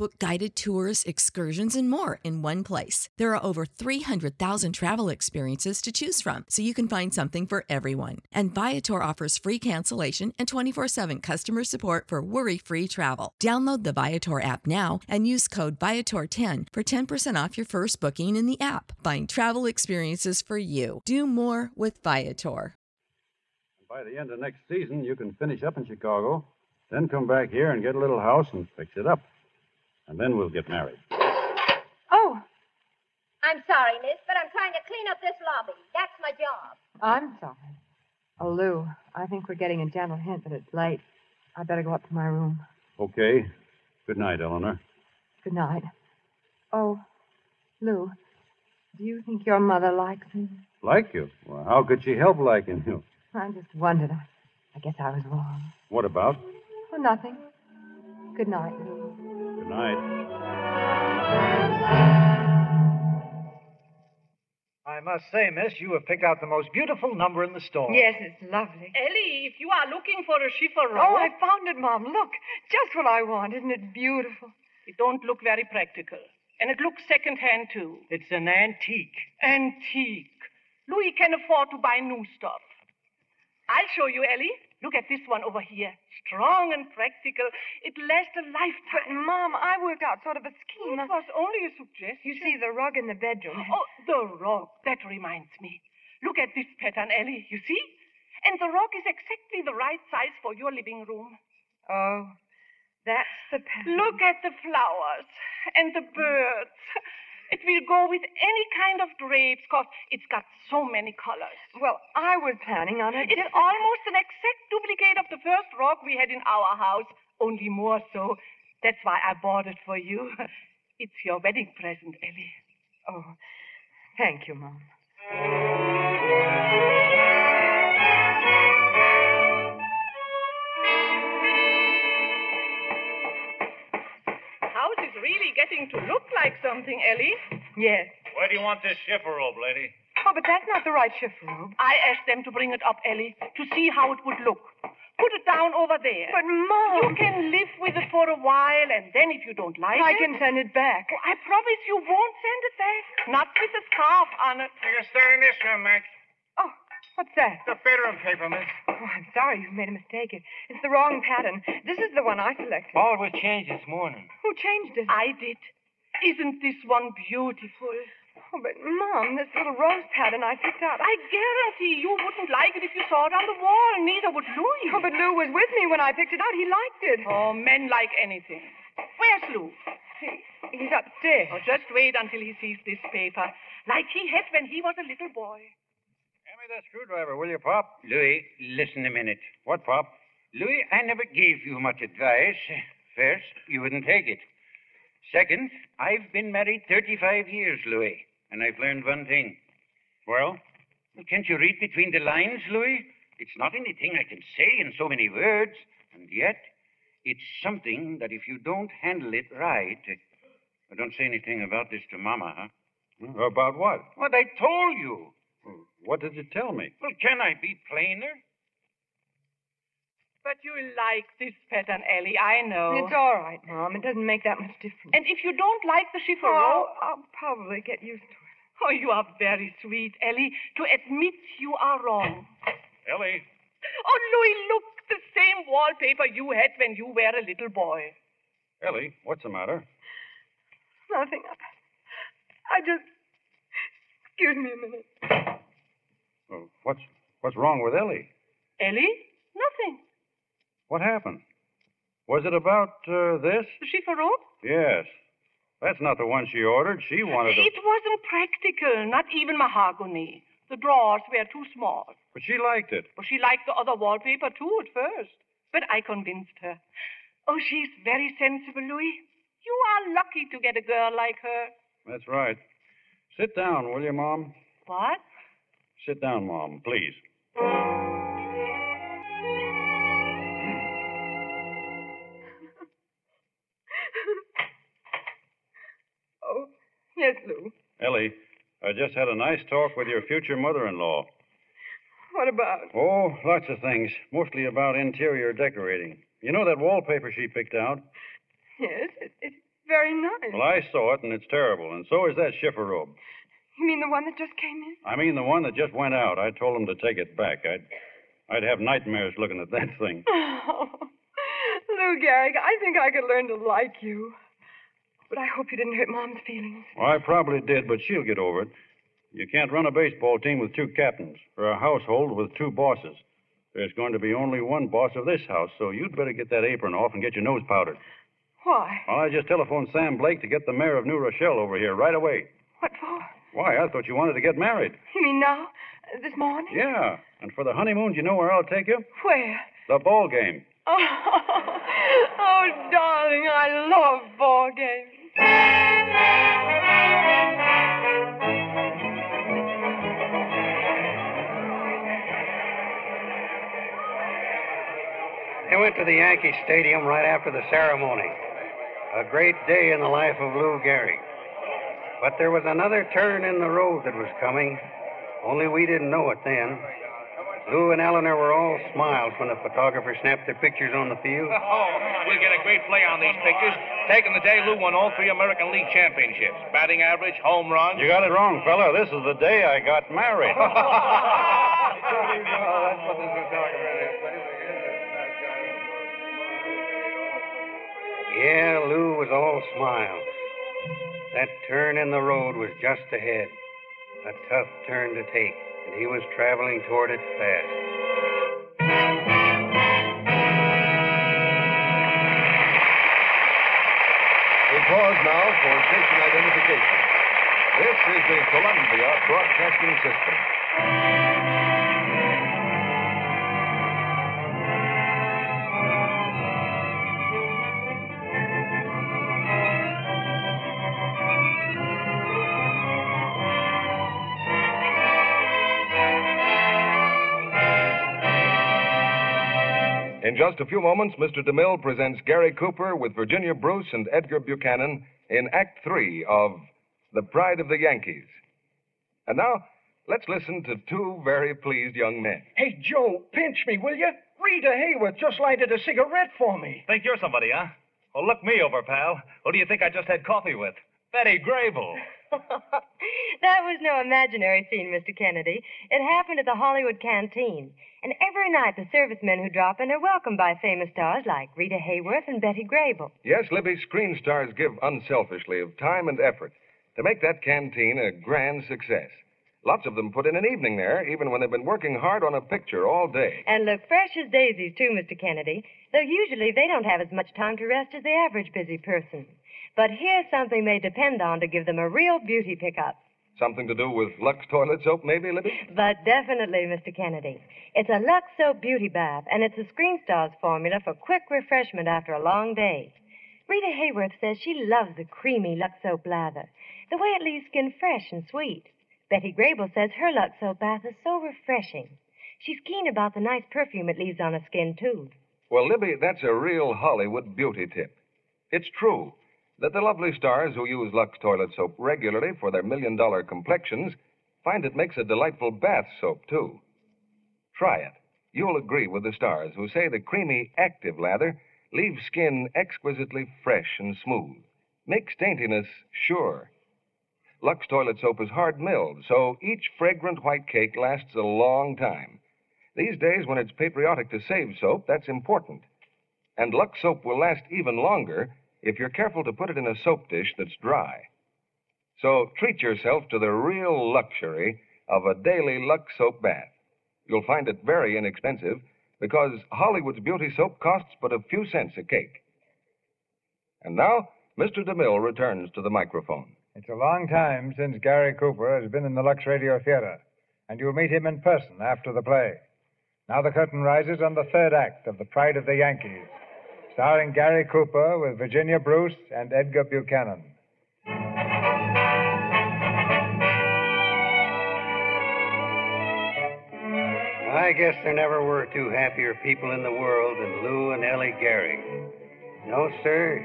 Speaker 27: Book guided tours, excursions, and more in one place. There are over 300,000 travel experiences to choose from, so you can find something for everyone. And Viator offers free cancellation and 24 7 customer support for worry free travel. Download the Viator app now and use code Viator10 for 10% off your first booking in the app. Find travel experiences for you. Do more with Viator.
Speaker 7: By the end of next season, you can finish up in Chicago, then come back here and get a little house and fix it up. And then we'll get married.
Speaker 6: Oh,
Speaker 10: I'm sorry, Liz, but I'm trying to clean up this lobby. That's my job.
Speaker 6: I'm sorry. Oh, Lou, I think we're getting a gentle hint that it's late. I better go up to my room.
Speaker 7: Okay. Good night, Eleanor.
Speaker 6: Good night. Oh, Lou, do you think your mother likes me?
Speaker 7: Like you? Well, how could she help liking you?
Speaker 6: I just wondered. I, I guess I was wrong.
Speaker 7: What about?
Speaker 6: Oh, nothing. Good night, Lou.
Speaker 7: Good night.
Speaker 8: I must say, miss, you have picked out the most beautiful number in the store.
Speaker 28: Yes, it's lovely.
Speaker 4: Ellie, if you are looking for a chifferon.
Speaker 28: Oh, I found it, Mom. Look, just what I want. Isn't it beautiful?
Speaker 4: It don't look very practical. And it looks second-hand, too.
Speaker 8: It's an antique.
Speaker 4: Antique. Louis can afford to buy new stuff. I'll show you, Ellie. Look at this one over here. Strong and practical. It lasts a
Speaker 28: But,
Speaker 4: lifetime.
Speaker 28: Mom, I worked out sort of a scheme.
Speaker 4: It was only a suggestion.
Speaker 28: You see the rug in the bedroom.
Speaker 4: Oh, the rock. That reminds me. Look at this pattern, Ellie. You see? And the rock is exactly the right size for your living room.
Speaker 28: Oh, that's the pattern.
Speaker 4: Look at the flowers and the birds. It will go with any kind of drapes, 'cause it's got so many colors.
Speaker 28: Well, I was planning on it.
Speaker 4: It is almost an exact duplicate of the first rock we had in our house, only more so. That's why I bought it for you. It's your wedding present, Ellie.
Speaker 28: Oh, thank you, Mom.
Speaker 4: House is really getting to look like something, Ellie.
Speaker 28: Yes.
Speaker 29: Where do you want this shiffer robe, lady?
Speaker 28: Oh, but that's not the right chifferobe.
Speaker 4: I asked them to bring it up, Ellie, to see how it would look. Put it down over there.
Speaker 28: But, Mom-
Speaker 4: You can live with it for a while, and then if you don't like
Speaker 28: I
Speaker 4: it.
Speaker 28: can send it back.
Speaker 4: I promise you won't send it back. Not with the scarf on it.
Speaker 30: You can stay in this room, Max.
Speaker 28: Oh, what's that?
Speaker 30: The bedroom paper, miss.
Speaker 28: Oh, I'm sorry you've made a mistake. It, it's the wrong pattern. This is the one I selected.
Speaker 30: All was changed this morning.
Speaker 28: Who changed it?
Speaker 4: I did. Isn't this one beautiful?
Speaker 28: Oh, but Mom, this little rose pattern I picked out.
Speaker 4: I guarantee you wouldn't like it if you saw it on the wall. Neither would Louis.
Speaker 28: Oh, but Lou was with me when I picked it out. He liked it.
Speaker 4: Oh, men like anything. Where's Lou?
Speaker 28: He, he's upstairs.
Speaker 4: Oh, just wait until he sees this paper, like he had when he was a little boy.
Speaker 30: Hand me that screwdriver, will you, Pop?
Speaker 9: Louis, listen a minute.
Speaker 30: What, Pop?
Speaker 9: Louis, I never gave you much advice. First, you wouldn't take it. Second, I've been married 35 years, Louis, and I've learned one thing. Well? Can't you read between the lines, Louis? It's not anything I can say in so many words, and yet, it's something that if you don't handle it right. uh, Don't say anything about this to Mama, huh?
Speaker 7: About what?
Speaker 9: What I told you.
Speaker 7: Hmm. What did you tell me?
Speaker 9: Well, can I be plainer?
Speaker 4: But you like this pattern, Ellie. I know.
Speaker 28: It's all right, Mom. It doesn't make that much difference.
Speaker 4: And if you don't like the chiffon,
Speaker 28: Oh, I'll probably get used to it.
Speaker 4: oh, you are very sweet, Ellie, to admit you are wrong.
Speaker 29: Ellie.
Speaker 4: Oh, Louis, look, the same wallpaper you had when you were a little boy.
Speaker 7: Ellie, what's the matter?
Speaker 28: Nothing. I- I just. Excuse me a minute.
Speaker 7: Oh, What's what's wrong with Ellie?
Speaker 4: Ellie? Nothing.
Speaker 7: What happened? Was it about uh, this?
Speaker 4: The chiffon?
Speaker 7: Yes. That's not the one she ordered. She wanted to.
Speaker 4: It wasn't practical, not even mahogany. The drawers were too small.
Speaker 7: But she liked it.
Speaker 4: Well, she liked the other wallpaper too at first, but I convinced her. Oh, she's very sensible, Louis. You are lucky to get a girl like her.
Speaker 7: That's right. Sit down, will you, Mom?
Speaker 31: What?
Speaker 7: Sit down, Mom, please.
Speaker 6: Oh, yes, Lou.
Speaker 7: Ellie, I just had a nice talk with your future mother in law.
Speaker 6: What about?
Speaker 7: Oh, lots of things, mostly about interior decorating. You know that wallpaper she picked out?
Speaker 6: Yes, it, it's very nice.
Speaker 7: Well, I saw it, and it's terrible, and so is that shiffer robe.
Speaker 6: You mean the one that just came in?
Speaker 7: I mean, the one that just went out. I told him to take it back. I'd, I'd have nightmares looking at that thing.
Speaker 6: Oh, Lou Gehrig, I think I could learn to like you. But I hope you didn't hurt Mom's feelings.
Speaker 7: Well, I probably did, but she'll get over it. You can't run a baseball team with two captains, or a household with two bosses. There's going to be only one boss of this house, so you'd better get that apron off and get your nose powdered.
Speaker 6: Why?
Speaker 7: Well, I just telephoned Sam Blake to get the mayor of New Rochelle over here right away.
Speaker 6: What for?
Speaker 7: Why? I thought you wanted to get married.
Speaker 6: You mean now? Uh, This morning?
Speaker 7: Yeah. And for the honeymoon, you know where I'll take you?
Speaker 6: Where?
Speaker 7: The ball game.
Speaker 6: Oh, oh darling, I love ball games.
Speaker 5: They went to the Yankee Stadium right after the ceremony. A great day in the life of Lou Gehrig. But there was another turn in the road that was coming, only we didn't know it then. Lou and Eleanor were all smiles when the photographer snapped their pictures on the field.
Speaker 32: Oh, we'll get a great play on these pictures. Taking the day, Lou won all three American League championships. Batting average, home runs.
Speaker 7: You got it wrong, fella. This is the day I got married.
Speaker 11: Oh.
Speaker 5: Yeah, Lou was all smiles. That turn in the road was just ahead. A tough turn to take, and he was traveling toward it fast.
Speaker 19: We pause now for station identification. This is the Columbia Broadcasting System. In just a few moments, Mr. DeMille presents Gary Cooper with Virginia Bruce and Edgar Buchanan in Act Three of The Pride of the Yankees. And now, let's listen to two very pleased young men.
Speaker 10: Hey, Joe, pinch me, will you? Rita Hayworth just lighted a cigarette for me.
Speaker 33: Think you're somebody, huh? Well, look me over, pal. Who do you think I just had coffee with? Betty Grable.
Speaker 34: That was no imaginary scene, Mr. Kennedy. It happened at the Hollywood Canteen. And every night, the servicemen who drop in are welcomed by famous stars like Rita Hayworth and Betty Grable.
Speaker 19: Yes, Libby, screen stars give unselfishly of time and effort to make that canteen a grand success. Lots of them put in an evening there, even when they've been working hard on a picture all day.
Speaker 34: And look fresh as daisies, too, Mr. Kennedy, though usually they don't have as much time to rest as the average busy person. But here's something they depend on to give them a real beauty pickup.
Speaker 19: Something to do with Lux toilet soap, maybe, Libby?
Speaker 34: But definitely, Mr. Kennedy. It's a Lux Soap Beauty Bath, and it's a Screen Stars formula for quick refreshment after a long day. Rita Hayworth says she loves the creamy Lux Soap lather, the way it leaves skin fresh and sweet. Betty Grable says her Lux Soap bath is so refreshing. She's keen about the nice perfume it leaves on her skin, too.
Speaker 19: Well, Libby, that's a real Hollywood beauty tip. It's true that the lovely stars who use Lux toilet soap regularly for their million dollar complexions find it makes a delightful bath soap, too. Try it. You'll agree with the stars who say the creamy, active lather leaves skin exquisitely fresh and smooth, makes daintiness sure. Lux toilet soap is hard milled, so each fragrant white cake lasts a long time. These days, when it's patriotic to save soap, that's important. And Lux soap will last even longer if you're careful to put it in a soap dish that's dry. So treat yourself to the real luxury of a daily Lux soap bath. You'll find it very inexpensive because Hollywood's beauty soap costs but a few cents a cake. And now, Mr. DeMille returns to the microphone.
Speaker 2: It's a long time since Gary Cooper has been in the Lux Radio Theater, and you'll meet him in person after the play. Now the curtain rises on the third act of The Pride of the Yankees, starring Gary Cooper with Virginia Bruce and Edgar Buchanan.
Speaker 5: I guess there never were two happier people in the world than Lou and Ellie Gehrig. No, sir.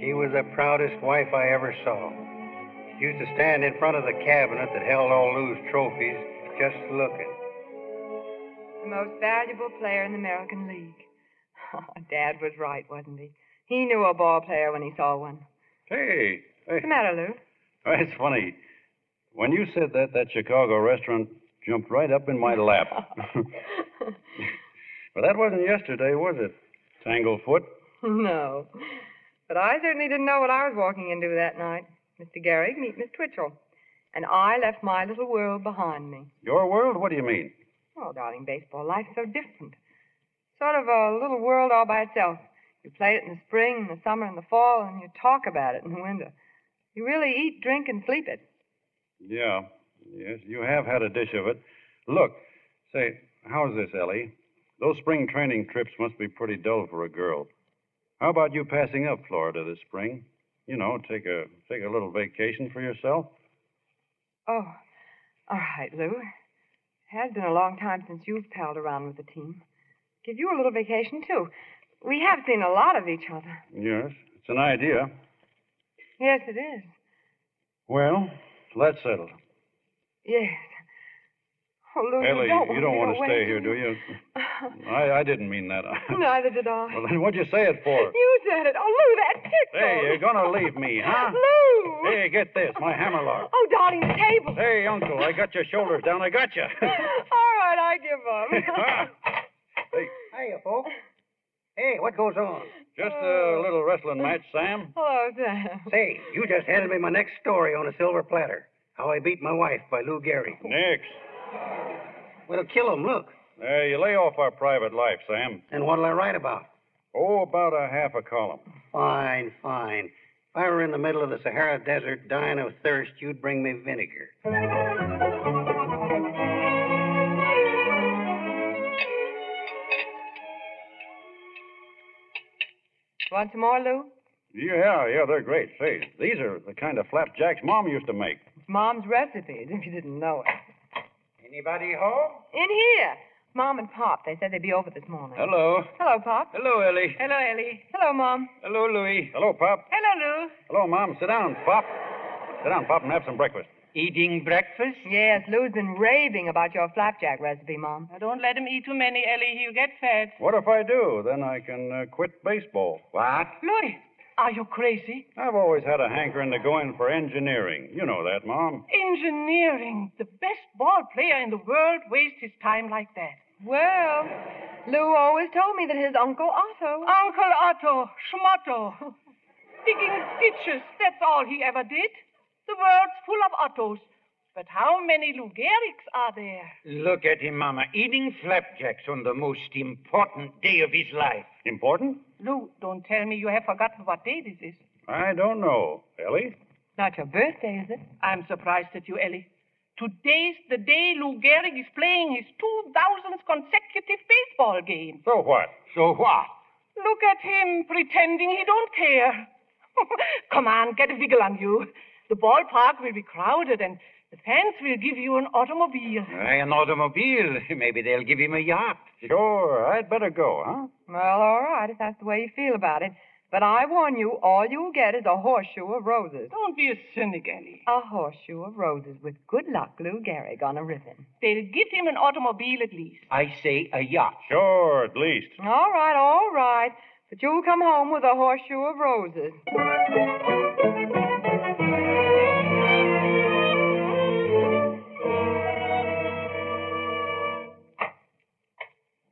Speaker 5: She was the proudest wife I ever saw. She used to stand in front of the cabinet that held all Lou's trophies just looking.
Speaker 6: The most valuable player in the American League. Dad was right, wasn't he? He knew a ball player when he saw one.
Speaker 7: Hey,
Speaker 6: What's the matter, Lou?
Speaker 7: Well, Oh, It's funny. When you said that, that Chicago restaurant jumped right up in my lap. but that wasn't yesterday, was it? Tanglefoot?
Speaker 6: no. But I certainly didn't know what I was walking into that night. Mr. Gehrig, meet Miss Twitchell. And I left my little world behind me.
Speaker 7: Your world? What do you mean?
Speaker 6: Oh, darling, baseball life's so different. Sort of a little world all by itself. You play it in the spring, and the summer, and the fall, and you talk about it in the winter. You really eat, drink, and sleep it.
Speaker 7: Yeah. Yes, you have had a dish of it. Look, say, how's this, Ellie? Those spring training trips must be pretty dull for a girl. How about you passing up Florida this spring? You know, take a take a little vacation for yourself.
Speaker 6: Oh, all right, Lou. It has been a long time since you've palled around with the team. Give you a little vacation, too. We have seen a lot of each other.
Speaker 7: Yes, it's an idea.
Speaker 6: Yes, it is.
Speaker 7: Well, that's settled.
Speaker 6: Yes. Oh, Lou,
Speaker 7: Ellie,
Speaker 6: you don't,
Speaker 7: you don't want to
Speaker 6: away,
Speaker 7: stay here,
Speaker 6: do
Speaker 7: do you? I, I didn't mean that.
Speaker 6: you? Neither did I.
Speaker 7: well, then what'd you say it for?
Speaker 6: You said it. Oh, Lou, that tickle.
Speaker 7: Hey, you're gonna leave me, huh?
Speaker 6: Lou!
Speaker 7: Hey, get this, my hammerlock.
Speaker 6: Oh, darling, the table.
Speaker 7: Hey, Uncle, I got your shoulders down. I got you.
Speaker 6: All right, I give up.
Speaker 5: Hiya, folks. Hey, what goes on?
Speaker 7: Just uh, a little wrestling match, Sam.
Speaker 6: Hello, Sam.
Speaker 5: Say, you just handed me my next story on a silver platter. How I Beat My Wife by Lou Gehrig.
Speaker 7: Next.
Speaker 5: Well, kill him, look.
Speaker 7: Hey, you lay off our private life, Sam.
Speaker 5: And what'll I write about?
Speaker 7: Oh, about a half a column.
Speaker 5: Fine, fine. If I were in the middle of the Sahara Desert dying of thirst, you'd bring me vinegar.
Speaker 6: Want some more, Lou?
Speaker 7: Yeah, yeah, they're great. Say, these are the kind of flapjacks Mom used to make.
Speaker 6: It's Mom's recipes, if you didn't know it.
Speaker 5: Anybody home?
Speaker 6: In here. Mom and Pop, they said they'd be over this morning.
Speaker 7: Hello.
Speaker 6: Hello, Pop.
Speaker 7: Hello, Ellie.
Speaker 6: Hello, Ellie. Hello, Mom.
Speaker 7: Hello, Louie. Hello, Pop.
Speaker 6: Hello, Lou.
Speaker 7: Hello, Mom. Sit down, Pop. Sit down, Pop, and have some breakfast.
Speaker 6: Eating breakfast? Yes, Lou's been raving about your flapjack recipe, Mom.
Speaker 4: Now, don't let him eat too many, Ellie. He'll get fat.
Speaker 7: What if I do? Then I can uh, quit baseball. What?
Speaker 4: Louis, are you crazy?
Speaker 7: I've always had a hankering to go in for engineering. You know that, Mom.
Speaker 4: Engineering. The best ball player in the world wastes his time like that.
Speaker 6: Well, Lou always told me that his Uncle Otto.
Speaker 4: Uncle Otto, Schmotto. Digging ditches, that's all he ever did. The world's full of Ottos. But how many Lou Gehrigs are there?
Speaker 9: Look at him, Mama, eating flapjacks on the most important day of his life.
Speaker 7: Important?
Speaker 4: Lou, don't tell me you have forgotten what day this is.
Speaker 7: I don't know, Ellie.
Speaker 6: Not your birthday, is it?
Speaker 4: I'm surprised at you, Ellie. Today's the day Lou Gehrig is playing his 2,000th consecutive baseball game.
Speaker 7: So what? So what?
Speaker 4: Look at him pretending he don't care. Come on, get a wiggle on you. The ballpark will be crowded and the fans will give you an automobile.
Speaker 9: Why, an automobile. Maybe they'll give him a yacht.
Speaker 7: Sure, I'd better go, huh?
Speaker 6: Well, all right, if that's the way you feel about it. But I warn you, all you'll get is a horseshoe of roses.
Speaker 4: Don't be a cynic, Ellie.
Speaker 6: A horseshoe of roses with good luck, Lou Gehrig, on a ribbon.
Speaker 4: They'll give him an automobile at least.
Speaker 9: I say a yacht.
Speaker 7: Sure, at least.
Speaker 6: All right, all right. But you'll come home with a horseshoe of roses.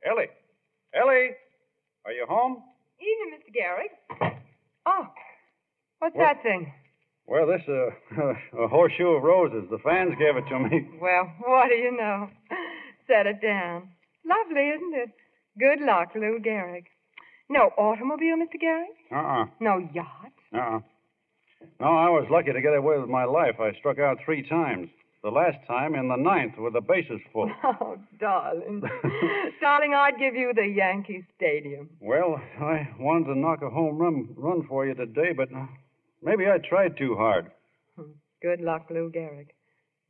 Speaker 7: Ellie. Ellie, are you home?
Speaker 6: Evening, Mr. Gehrig. Oh, what's
Speaker 7: What?
Speaker 6: that thing?
Speaker 7: Well, this uh, a horseshoe of roses. The fans gave it to me.
Speaker 6: Well, what do you know? Set it down. Lovely, isn't it? Good luck, Lou Gehrig. No automobile, Mr. Gehrig?
Speaker 7: Uh-uh.
Speaker 6: No yacht?
Speaker 7: Uh-uh. No, I was lucky to get away with my life. I struck out three times. The last time in the ninth with the bases full.
Speaker 6: Oh, darling. darling, I'd give you the Yankee Stadium.
Speaker 7: well, I wanted to knock a home run run for you today, but uh, maybe I tried too hard.
Speaker 6: Good luck, Lou Gehrig.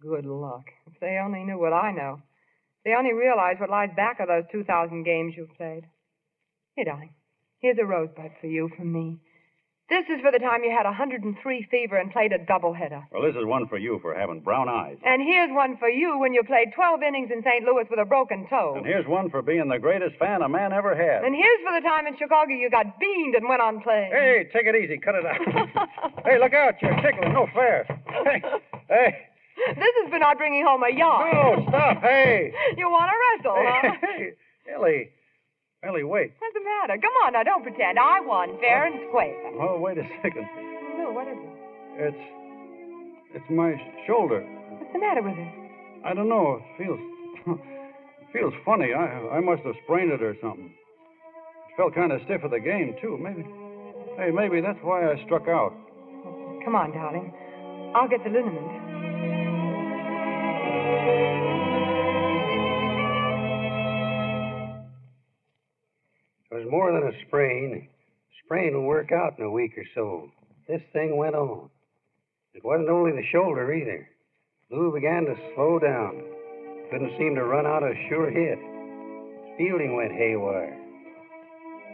Speaker 6: Good luck. If they only knew what I know. They only realize what lies back of those 2,000 games you've played. Here, darling, here's a rosebud for you from me. This is for the time you had 103 fever and played a doubleheader.
Speaker 19: Well, this is one for you for having brown eyes.
Speaker 6: And here's one for you when you played 12 innings in St. Louis with a broken toe.
Speaker 19: And here's one for being the greatest fan a man ever had.
Speaker 6: And here's for the time in Chicago you got beamed and went on playing.
Speaker 8: Hey, take it easy. Cut it out. hey, look out. You're tickling. No fair. Hey, hey.
Speaker 6: This is for not bringing home a yarn.
Speaker 8: No, stop. Hey.
Speaker 6: You want to wrestle, huh?
Speaker 8: Hey, Ellie. Ellie, wait.
Speaker 6: What's the matter? Come on now, don't pretend. I won fair and square.
Speaker 19: Oh, wait a second.
Speaker 6: Lou, what is it?
Speaker 19: It's. It's my shoulder.
Speaker 6: What's the matter with it?
Speaker 19: I don't know. It feels. feels funny. I, I must have sprained it or something. It felt kind of stiff at the game, too. Maybe. Hey, maybe that's why I struck out.
Speaker 6: Come on, darling. I'll get the liniment.
Speaker 5: It was more than a sprain. Sprain will work out in a week or so. This thing went on. It wasn't only the shoulder either. Lou began to slow down. Couldn't seem to run out a sure hit. His fielding went haywire.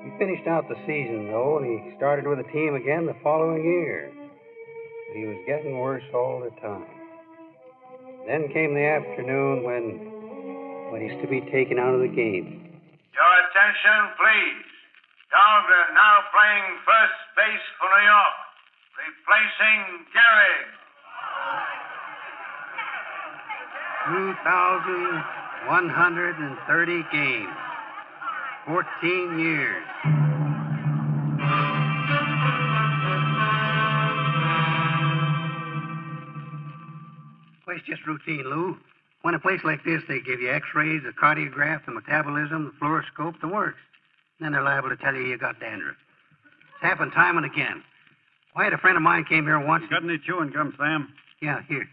Speaker 5: He finished out the season, though, and he started with the team again the following year. But he was getting worse all the time. Then came the afternoon when, when he's to be taken out of the game.
Speaker 35: Your attention, please. Gallagher now playing first base for New York, replacing Gehrig.
Speaker 5: 2,130 games. 14 years. Well, it's just routine, Lou. When a place like this, they give you x rays, the cardiograph, the metabolism, the fluoroscope, the works. Then they're liable to tell you you got dandruff. It's happened time and again. Why, had a friend of mine came here once.
Speaker 19: Got any chewing gum, Sam?
Speaker 5: Yeah, here.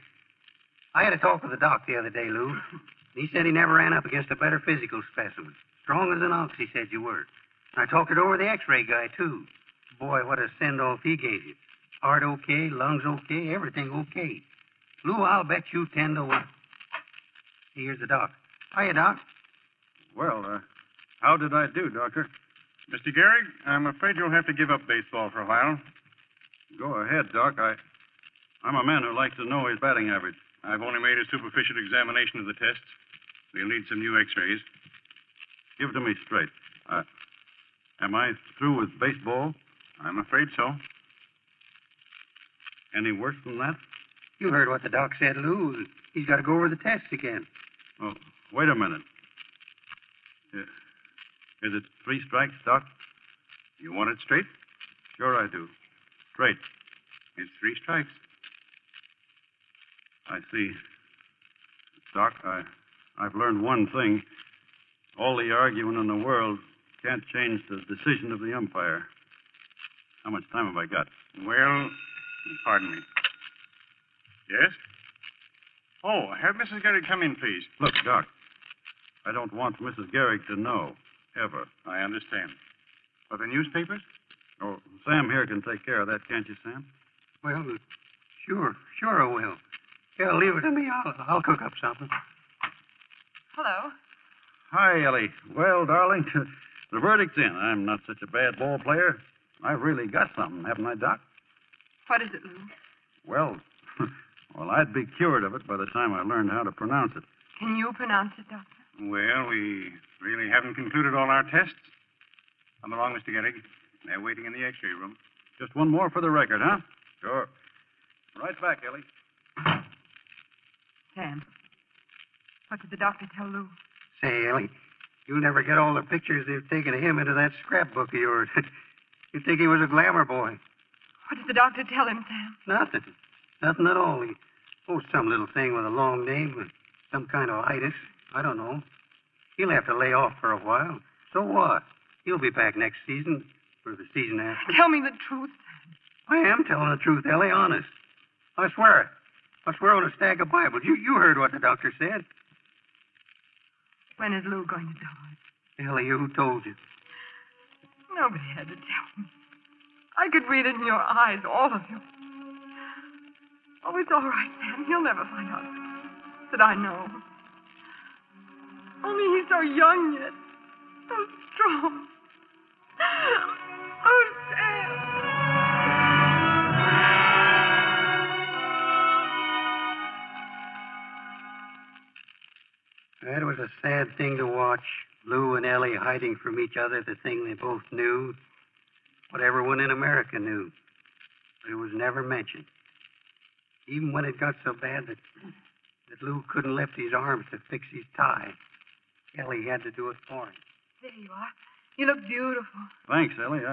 Speaker 5: I had a talk with the doc the other day, Lou. And he said he never ran up against a better physical specimen. Strong as an ox, he said you were. And I talked it over with the x ray guy, too. Boy, what a send off he gave you. Heart okay, lungs okay, everything okay. Lou, I'll bet you 10 to 1. Hey, Here's the doc. Hiya, Doc.
Speaker 7: Well, uh, how did I do, Doctor? Mr. Gehrig, I'm afraid you'll have to give up baseball for a while.
Speaker 19: Go ahead, Doc. I,
Speaker 7: I'm a man who likes to know his batting average. I've only made a superficial examination of the tests. We'll need some new x-rays. Give it to me straight. Uh, am I through with baseball? I'm afraid so. Any worse than that?
Speaker 5: You heard what the doc said, Lou. He's got to go over the tests again.
Speaker 7: Oh, wait a minute. Uh, Is it three strikes, Doc? You want it straight? Sure, I do. Straight. It's three strikes. I see. Doc, I, I've learned one thing. All the arguing in the world can't change the decision of the umpire. How much time have I got? Well, pardon me. Yes? Oh, have Mrs. Gehrig come in, please.
Speaker 19: Look, Doc, I don't want Mrs. Gehrig to know, ever.
Speaker 7: I understand. For the newspapers?
Speaker 19: Oh, Sam here can take care of that, can't you, Sam?
Speaker 5: Well, sure, sure I will. Yeah, leave it to me. I'll, I'll cook up something.
Speaker 11: Hello.
Speaker 19: Hi, Ellie. Well, darling, the verdict's in. I'm not such a bad ball player. I've really got something, haven't I, Doc?
Speaker 11: What is it, Lou?
Speaker 19: Well, well, I'd be cured of it by the time I learned how to pronounce it.
Speaker 11: Can you pronounce it, Doctor?
Speaker 7: Well, we really haven't concluded all our tests. Come along, Mr. Gehrig. They're waiting in the x-ray room.
Speaker 19: Just one more for the record, huh? Sure.
Speaker 7: Right back, Ellie.
Speaker 11: Sam. What did the doctor tell Lou?
Speaker 5: Say, Ellie, you'll never get all the pictures they've taken of him into that scrapbook of yours. You'd think he was a glamour boy.
Speaker 11: What did the doctor tell him, Sam?
Speaker 5: Nothing. Nothing at all. He, oh, some little thing with a long name, some kind of itis. I don't know. He'll have to lay off for a while. So what? He'll be back next season, or the season after.
Speaker 11: Tell me the truth.
Speaker 5: I am telling the truth, Ellie, honest. I swear it. I swear on a stack of Bibles. You, you heard what the doctor said.
Speaker 11: When is Lou going to die?
Speaker 5: Ellie, who told you?
Speaker 11: Nobody had to tell me. I could read it in your eyes, all of you. Oh, it's all right, Sam. He'll never find out that I know.
Speaker 6: Only he's so young yet. So strong. Oh,
Speaker 5: That was a sad thing to watch. Lou and Ellie hiding from each other the thing they both knew, what everyone in America knew. But it was never mentioned. Even when it got so bad that, that Lou couldn't lift his arms to fix his tie, Ellie had to do it for him.
Speaker 6: there you are. You look beautiful.
Speaker 7: Thanks, Ellie.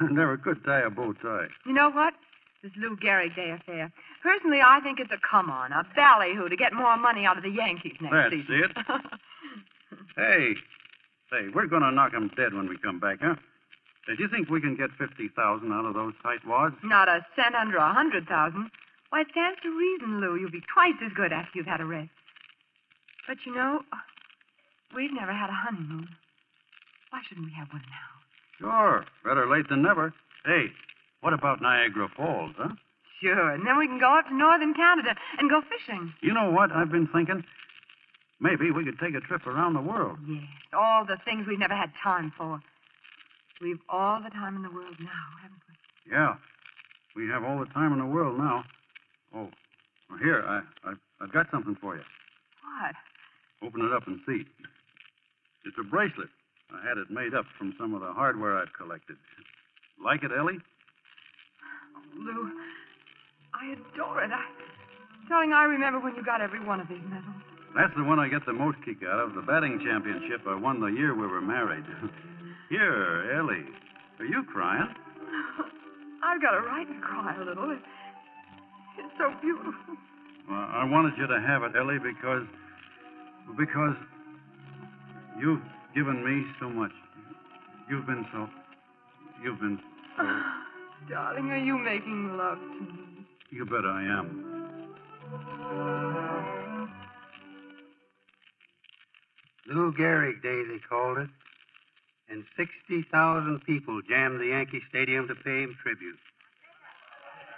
Speaker 7: I never could tie a bow tie.
Speaker 6: You know what? This Lou Gehrig Day affair. Personally, I think it's a come on, a ballyhoo to get more money out of the Yankees next
Speaker 7: That's
Speaker 6: season.
Speaker 7: it. Hey, say, we're going to knock 'em dead when we come back, huh? Did you think we can get 50000 out of those tightwads?
Speaker 6: Not a cent under a hundred thousand. Why, it stands to reason, Lou. You'll be twice as good after you've had a rest. But you know, uh, we've never had a honeymoon. Why shouldn't we have one now?
Speaker 7: Sure. Better late than never. Hey, what about Niagara Falls, huh?
Speaker 6: Sure, and then we can go up to northern Canada and go fishing.
Speaker 7: You know what I've been thinking? Maybe we could take a trip around the world.
Speaker 6: Yes, all the things we've never had time for. We've all the time in the world now, haven't we?
Speaker 7: Yeah. We have all the time in the world now. Oh, well, here, I, I, I've got something for you.
Speaker 6: What?
Speaker 7: Open it up and see. It's a bracelet. I had it made up from some of the hardware I've collected. Like it, Ellie?
Speaker 6: Lou, I adore it. I, darling, I remember when you got every one of these medals.
Speaker 7: That's the one I get the most kick out of. The batting championship I won the year we were married. Here, Ellie. Are you crying?
Speaker 6: I've got a right to cry a little. It, it's so beautiful.
Speaker 7: Well, I wanted you to have it, Ellie, because because you've given me so much. You've been so you've been
Speaker 6: Darling, are you making love to me?
Speaker 7: you bet I am.
Speaker 5: Lou Gehrig Day, they called it. And 60,000 people jammed the Yankee Stadium to pay him tribute.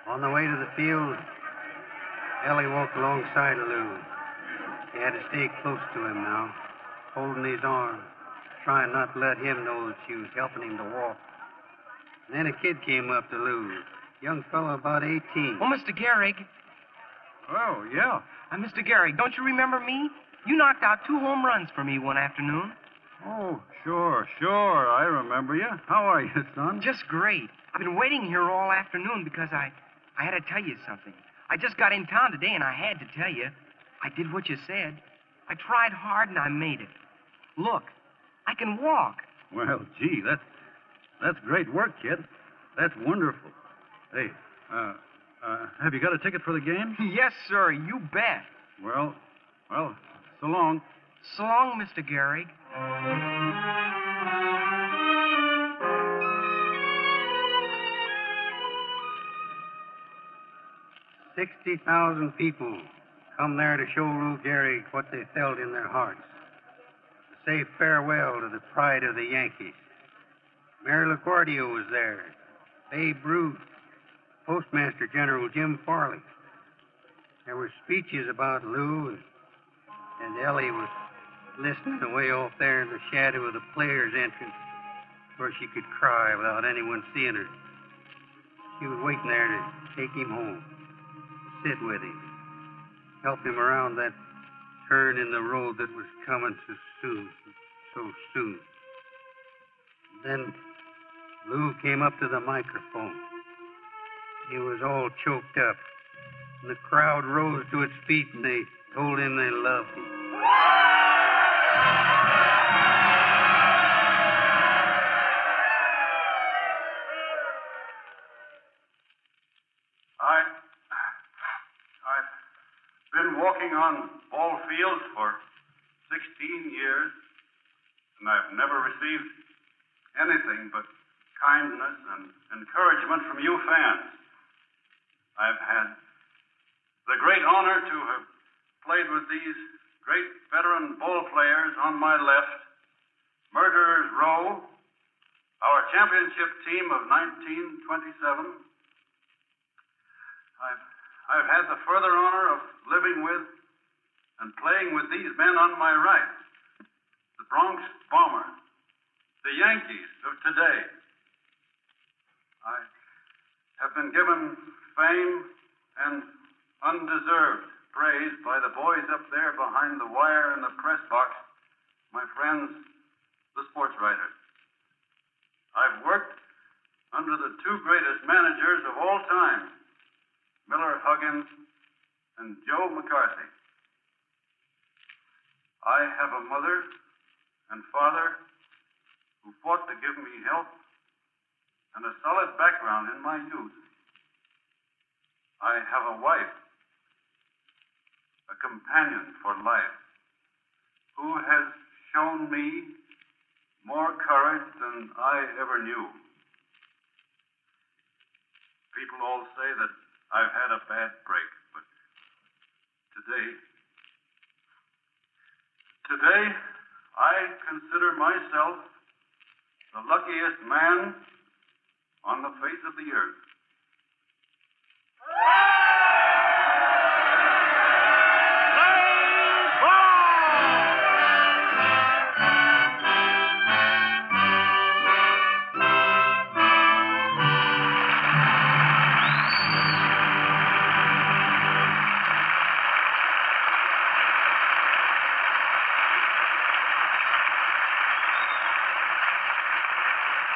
Speaker 5: On the way to the field, Ellie walked alongside of Lou. He had to stay close to him now, holding his arm, trying not to let him know that she was helping him to walk. And then a kid came up to Lou, young fellow about 18.
Speaker 8: Oh, Mr. Gehrig.
Speaker 7: Oh, yeah.
Speaker 8: I'm Mr. Gehrig. Don't you remember me? You knocked out two home runs for me one afternoon.
Speaker 7: Oh, sure, sure. I remember you. How are you, son?
Speaker 8: Just great. I've been waiting here all afternoon because I, I had to tell you something. I just got in town today and I had to tell you. I did what you said. I tried hard and I made it. Look, I can walk.
Speaker 7: Well, gee, that's that's great work, kid. That's wonderful. Hey, uh, uh, have you got a ticket for the game?
Speaker 8: Yes, sir. You bet.
Speaker 7: Well, well, so long.
Speaker 8: So long, Mr. Gehrig.
Speaker 5: Sixty thousand people come there to show Lou Gehrig what they felt in their hearts. To say farewell to the pride of the Yankees. Mary LaGuardia was there, Babe Ruth, Postmaster General Jim Farley. There were speeches about Lou, and, and Ellie was listening away off there in the shadow of the players' entrance, where she could cry without anyone seeing her. She was waiting there to take him home sit with him, help him around that turn in the road that was coming so soon, so soon. Then Lou came up to the microphone. He was all choked up. And the crowd rose to its feet and they told him they loved him.
Speaker 12: I, I've been walking on ball fields for 16 years, and I've never received anything but kindness and encouragement from you fans. I've had the great honor to have played with these great veteran ball players on my left, Murderers Row, our championship team of 1927. I've, I've had the further honor of living with and playing with these men on my right. the Bronx Bomber, the Yankees of today. I have been given fame and undeserved praise by the boys up there behind the wire in the press box, my friends, the sports writers. I've worked under the two greatest managers of all time, Miller Huggins and Joe McCarthy. I have a mother and father who fought to give me health and a solid background in my youth. I have a wife, a companion for life, who has shown me more courage than I ever knew. People all say that I've had a bad break, but today, today, I consider myself the luckiest man on the face of the earth.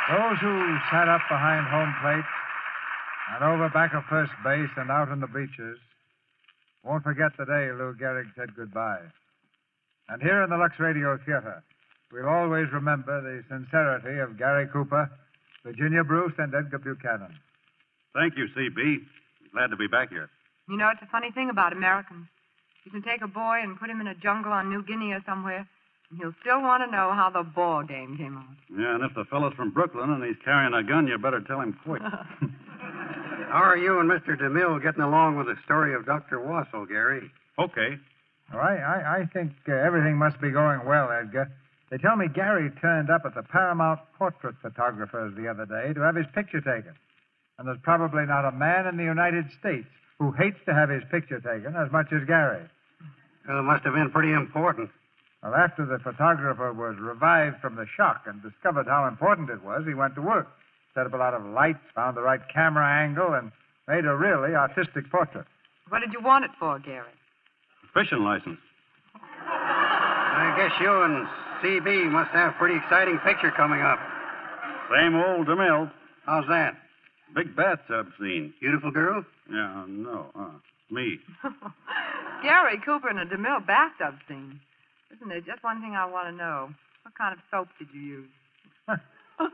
Speaker 3: Those who sat up behind home plate and over back of first base and out in the bleachers won't forget the day Lou Gehrig said goodbye. And here in the Lux Radio Theater, we'll always remember the sincerity of Gary Cooper, Virginia Bruce, and Edgar Buchanan.
Speaker 7: Thank you, CB. Glad to be back here.
Speaker 6: You know, it's a funny thing about Americans. You can take a boy and put him in a jungle on New Guinea or somewhere, and he'll still want to know how the ball game came on.
Speaker 7: Yeah, and if the fellow's from Brooklyn and he's carrying a gun, you better tell him quick.
Speaker 5: How are you and Mr. DeMille getting along with the story of Dr. Wassel, Gary?
Speaker 7: Okay.
Speaker 3: Well, I, I, I think uh, everything must be going well, Edgar. They tell me Gary turned up at the Paramount Portrait Photographers the other day to have his picture taken. And there's probably not a man in the United States who hates to have his picture taken as much as Gary.
Speaker 5: Well, it must have been pretty important.
Speaker 3: Well, after the photographer was revived from the shock and discovered how important it was, he went to work, set up a lot of lights, found the right camera angle, and made a really artistic portrait.
Speaker 6: What did you want it for, Gary?
Speaker 7: Fishing license.
Speaker 5: I guess you and CB must have a pretty exciting picture coming up.
Speaker 7: Same old DeMille.
Speaker 5: How's that?
Speaker 7: Big bathtub scene.
Speaker 5: Beautiful girl?
Speaker 7: Yeah, no, uh, me.
Speaker 6: Gary Cooper in a DeMille bathtub scene. Listen, there's just one thing I want to know. What kind of soap did you use?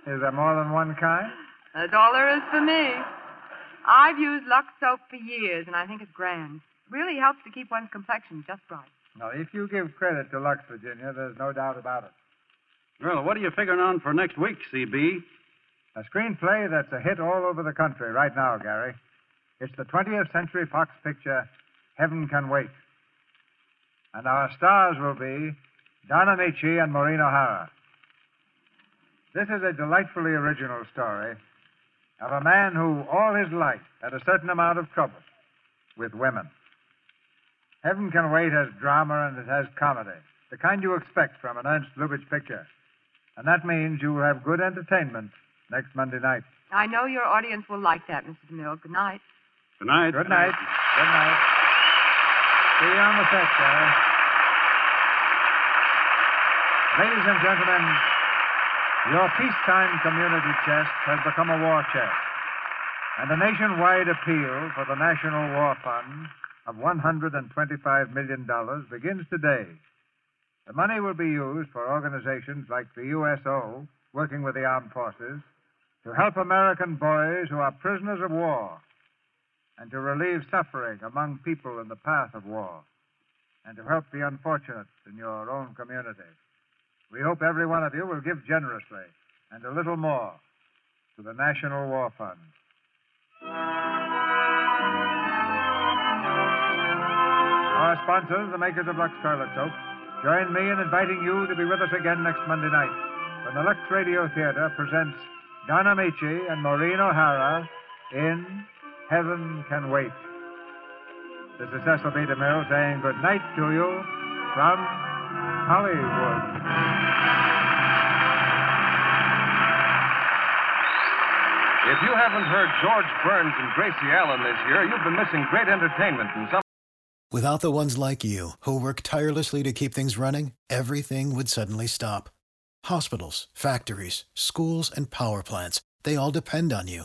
Speaker 3: Is there more than one kind?
Speaker 6: That's all there is for me. I've used Lux soap for years, and I think it's grand. Really helps to keep one's complexion just right.
Speaker 3: No, if you give credit to Lux, Virginia, there's no doubt about it.
Speaker 7: Well, what are you figuring on for next week, CB?
Speaker 3: A screenplay that's a hit all over the country right now, Gary. It's the 20th Century Fox picture, Heaven Can Wait. And our stars will be Donna Michi and Maureen O'Hara. This is a delightfully original story of a man who all his life had a certain amount of trouble with women. Heaven Can Wait has drama and it has comedy, the kind you expect from an Ernst Lubitsch picture. And that means you will have good entertainment next Monday night.
Speaker 6: I know your audience will like that, Mr. DeMille. Good night.
Speaker 7: Good night.
Speaker 3: Good night. Good night. See you on the set, Gary. Ladies and gentlemen, your peacetime community chest has become a war chest, and a nationwide appeal for the National War Fund of $125 million begins today. The money will be used for organizations like the USO, working with the armed forces, to help American boys who are prisoners of war, and to relieve suffering among people in the path of war, and to help the unfortunate in your own community. We hope every one of you will give generously and a little more to the National War Fund. Our sponsors, the makers of Lux Toilet Soap, join me in inviting you to be with us again next Monday night when the Lux Radio Theater presents Donna Michi and Maureen O'Hara in Heaven Can Wait. This is Cecil B. DeMille saying good night to you from Hollywood.
Speaker 11: If you haven't heard George Burns and Gracie Allen this year, you've been missing great entertainment from some.
Speaker 36: Without the ones like you, who work tirelessly to keep things running, everything would suddenly stop. Hospitals, factories, schools, and power plants, they all depend on you.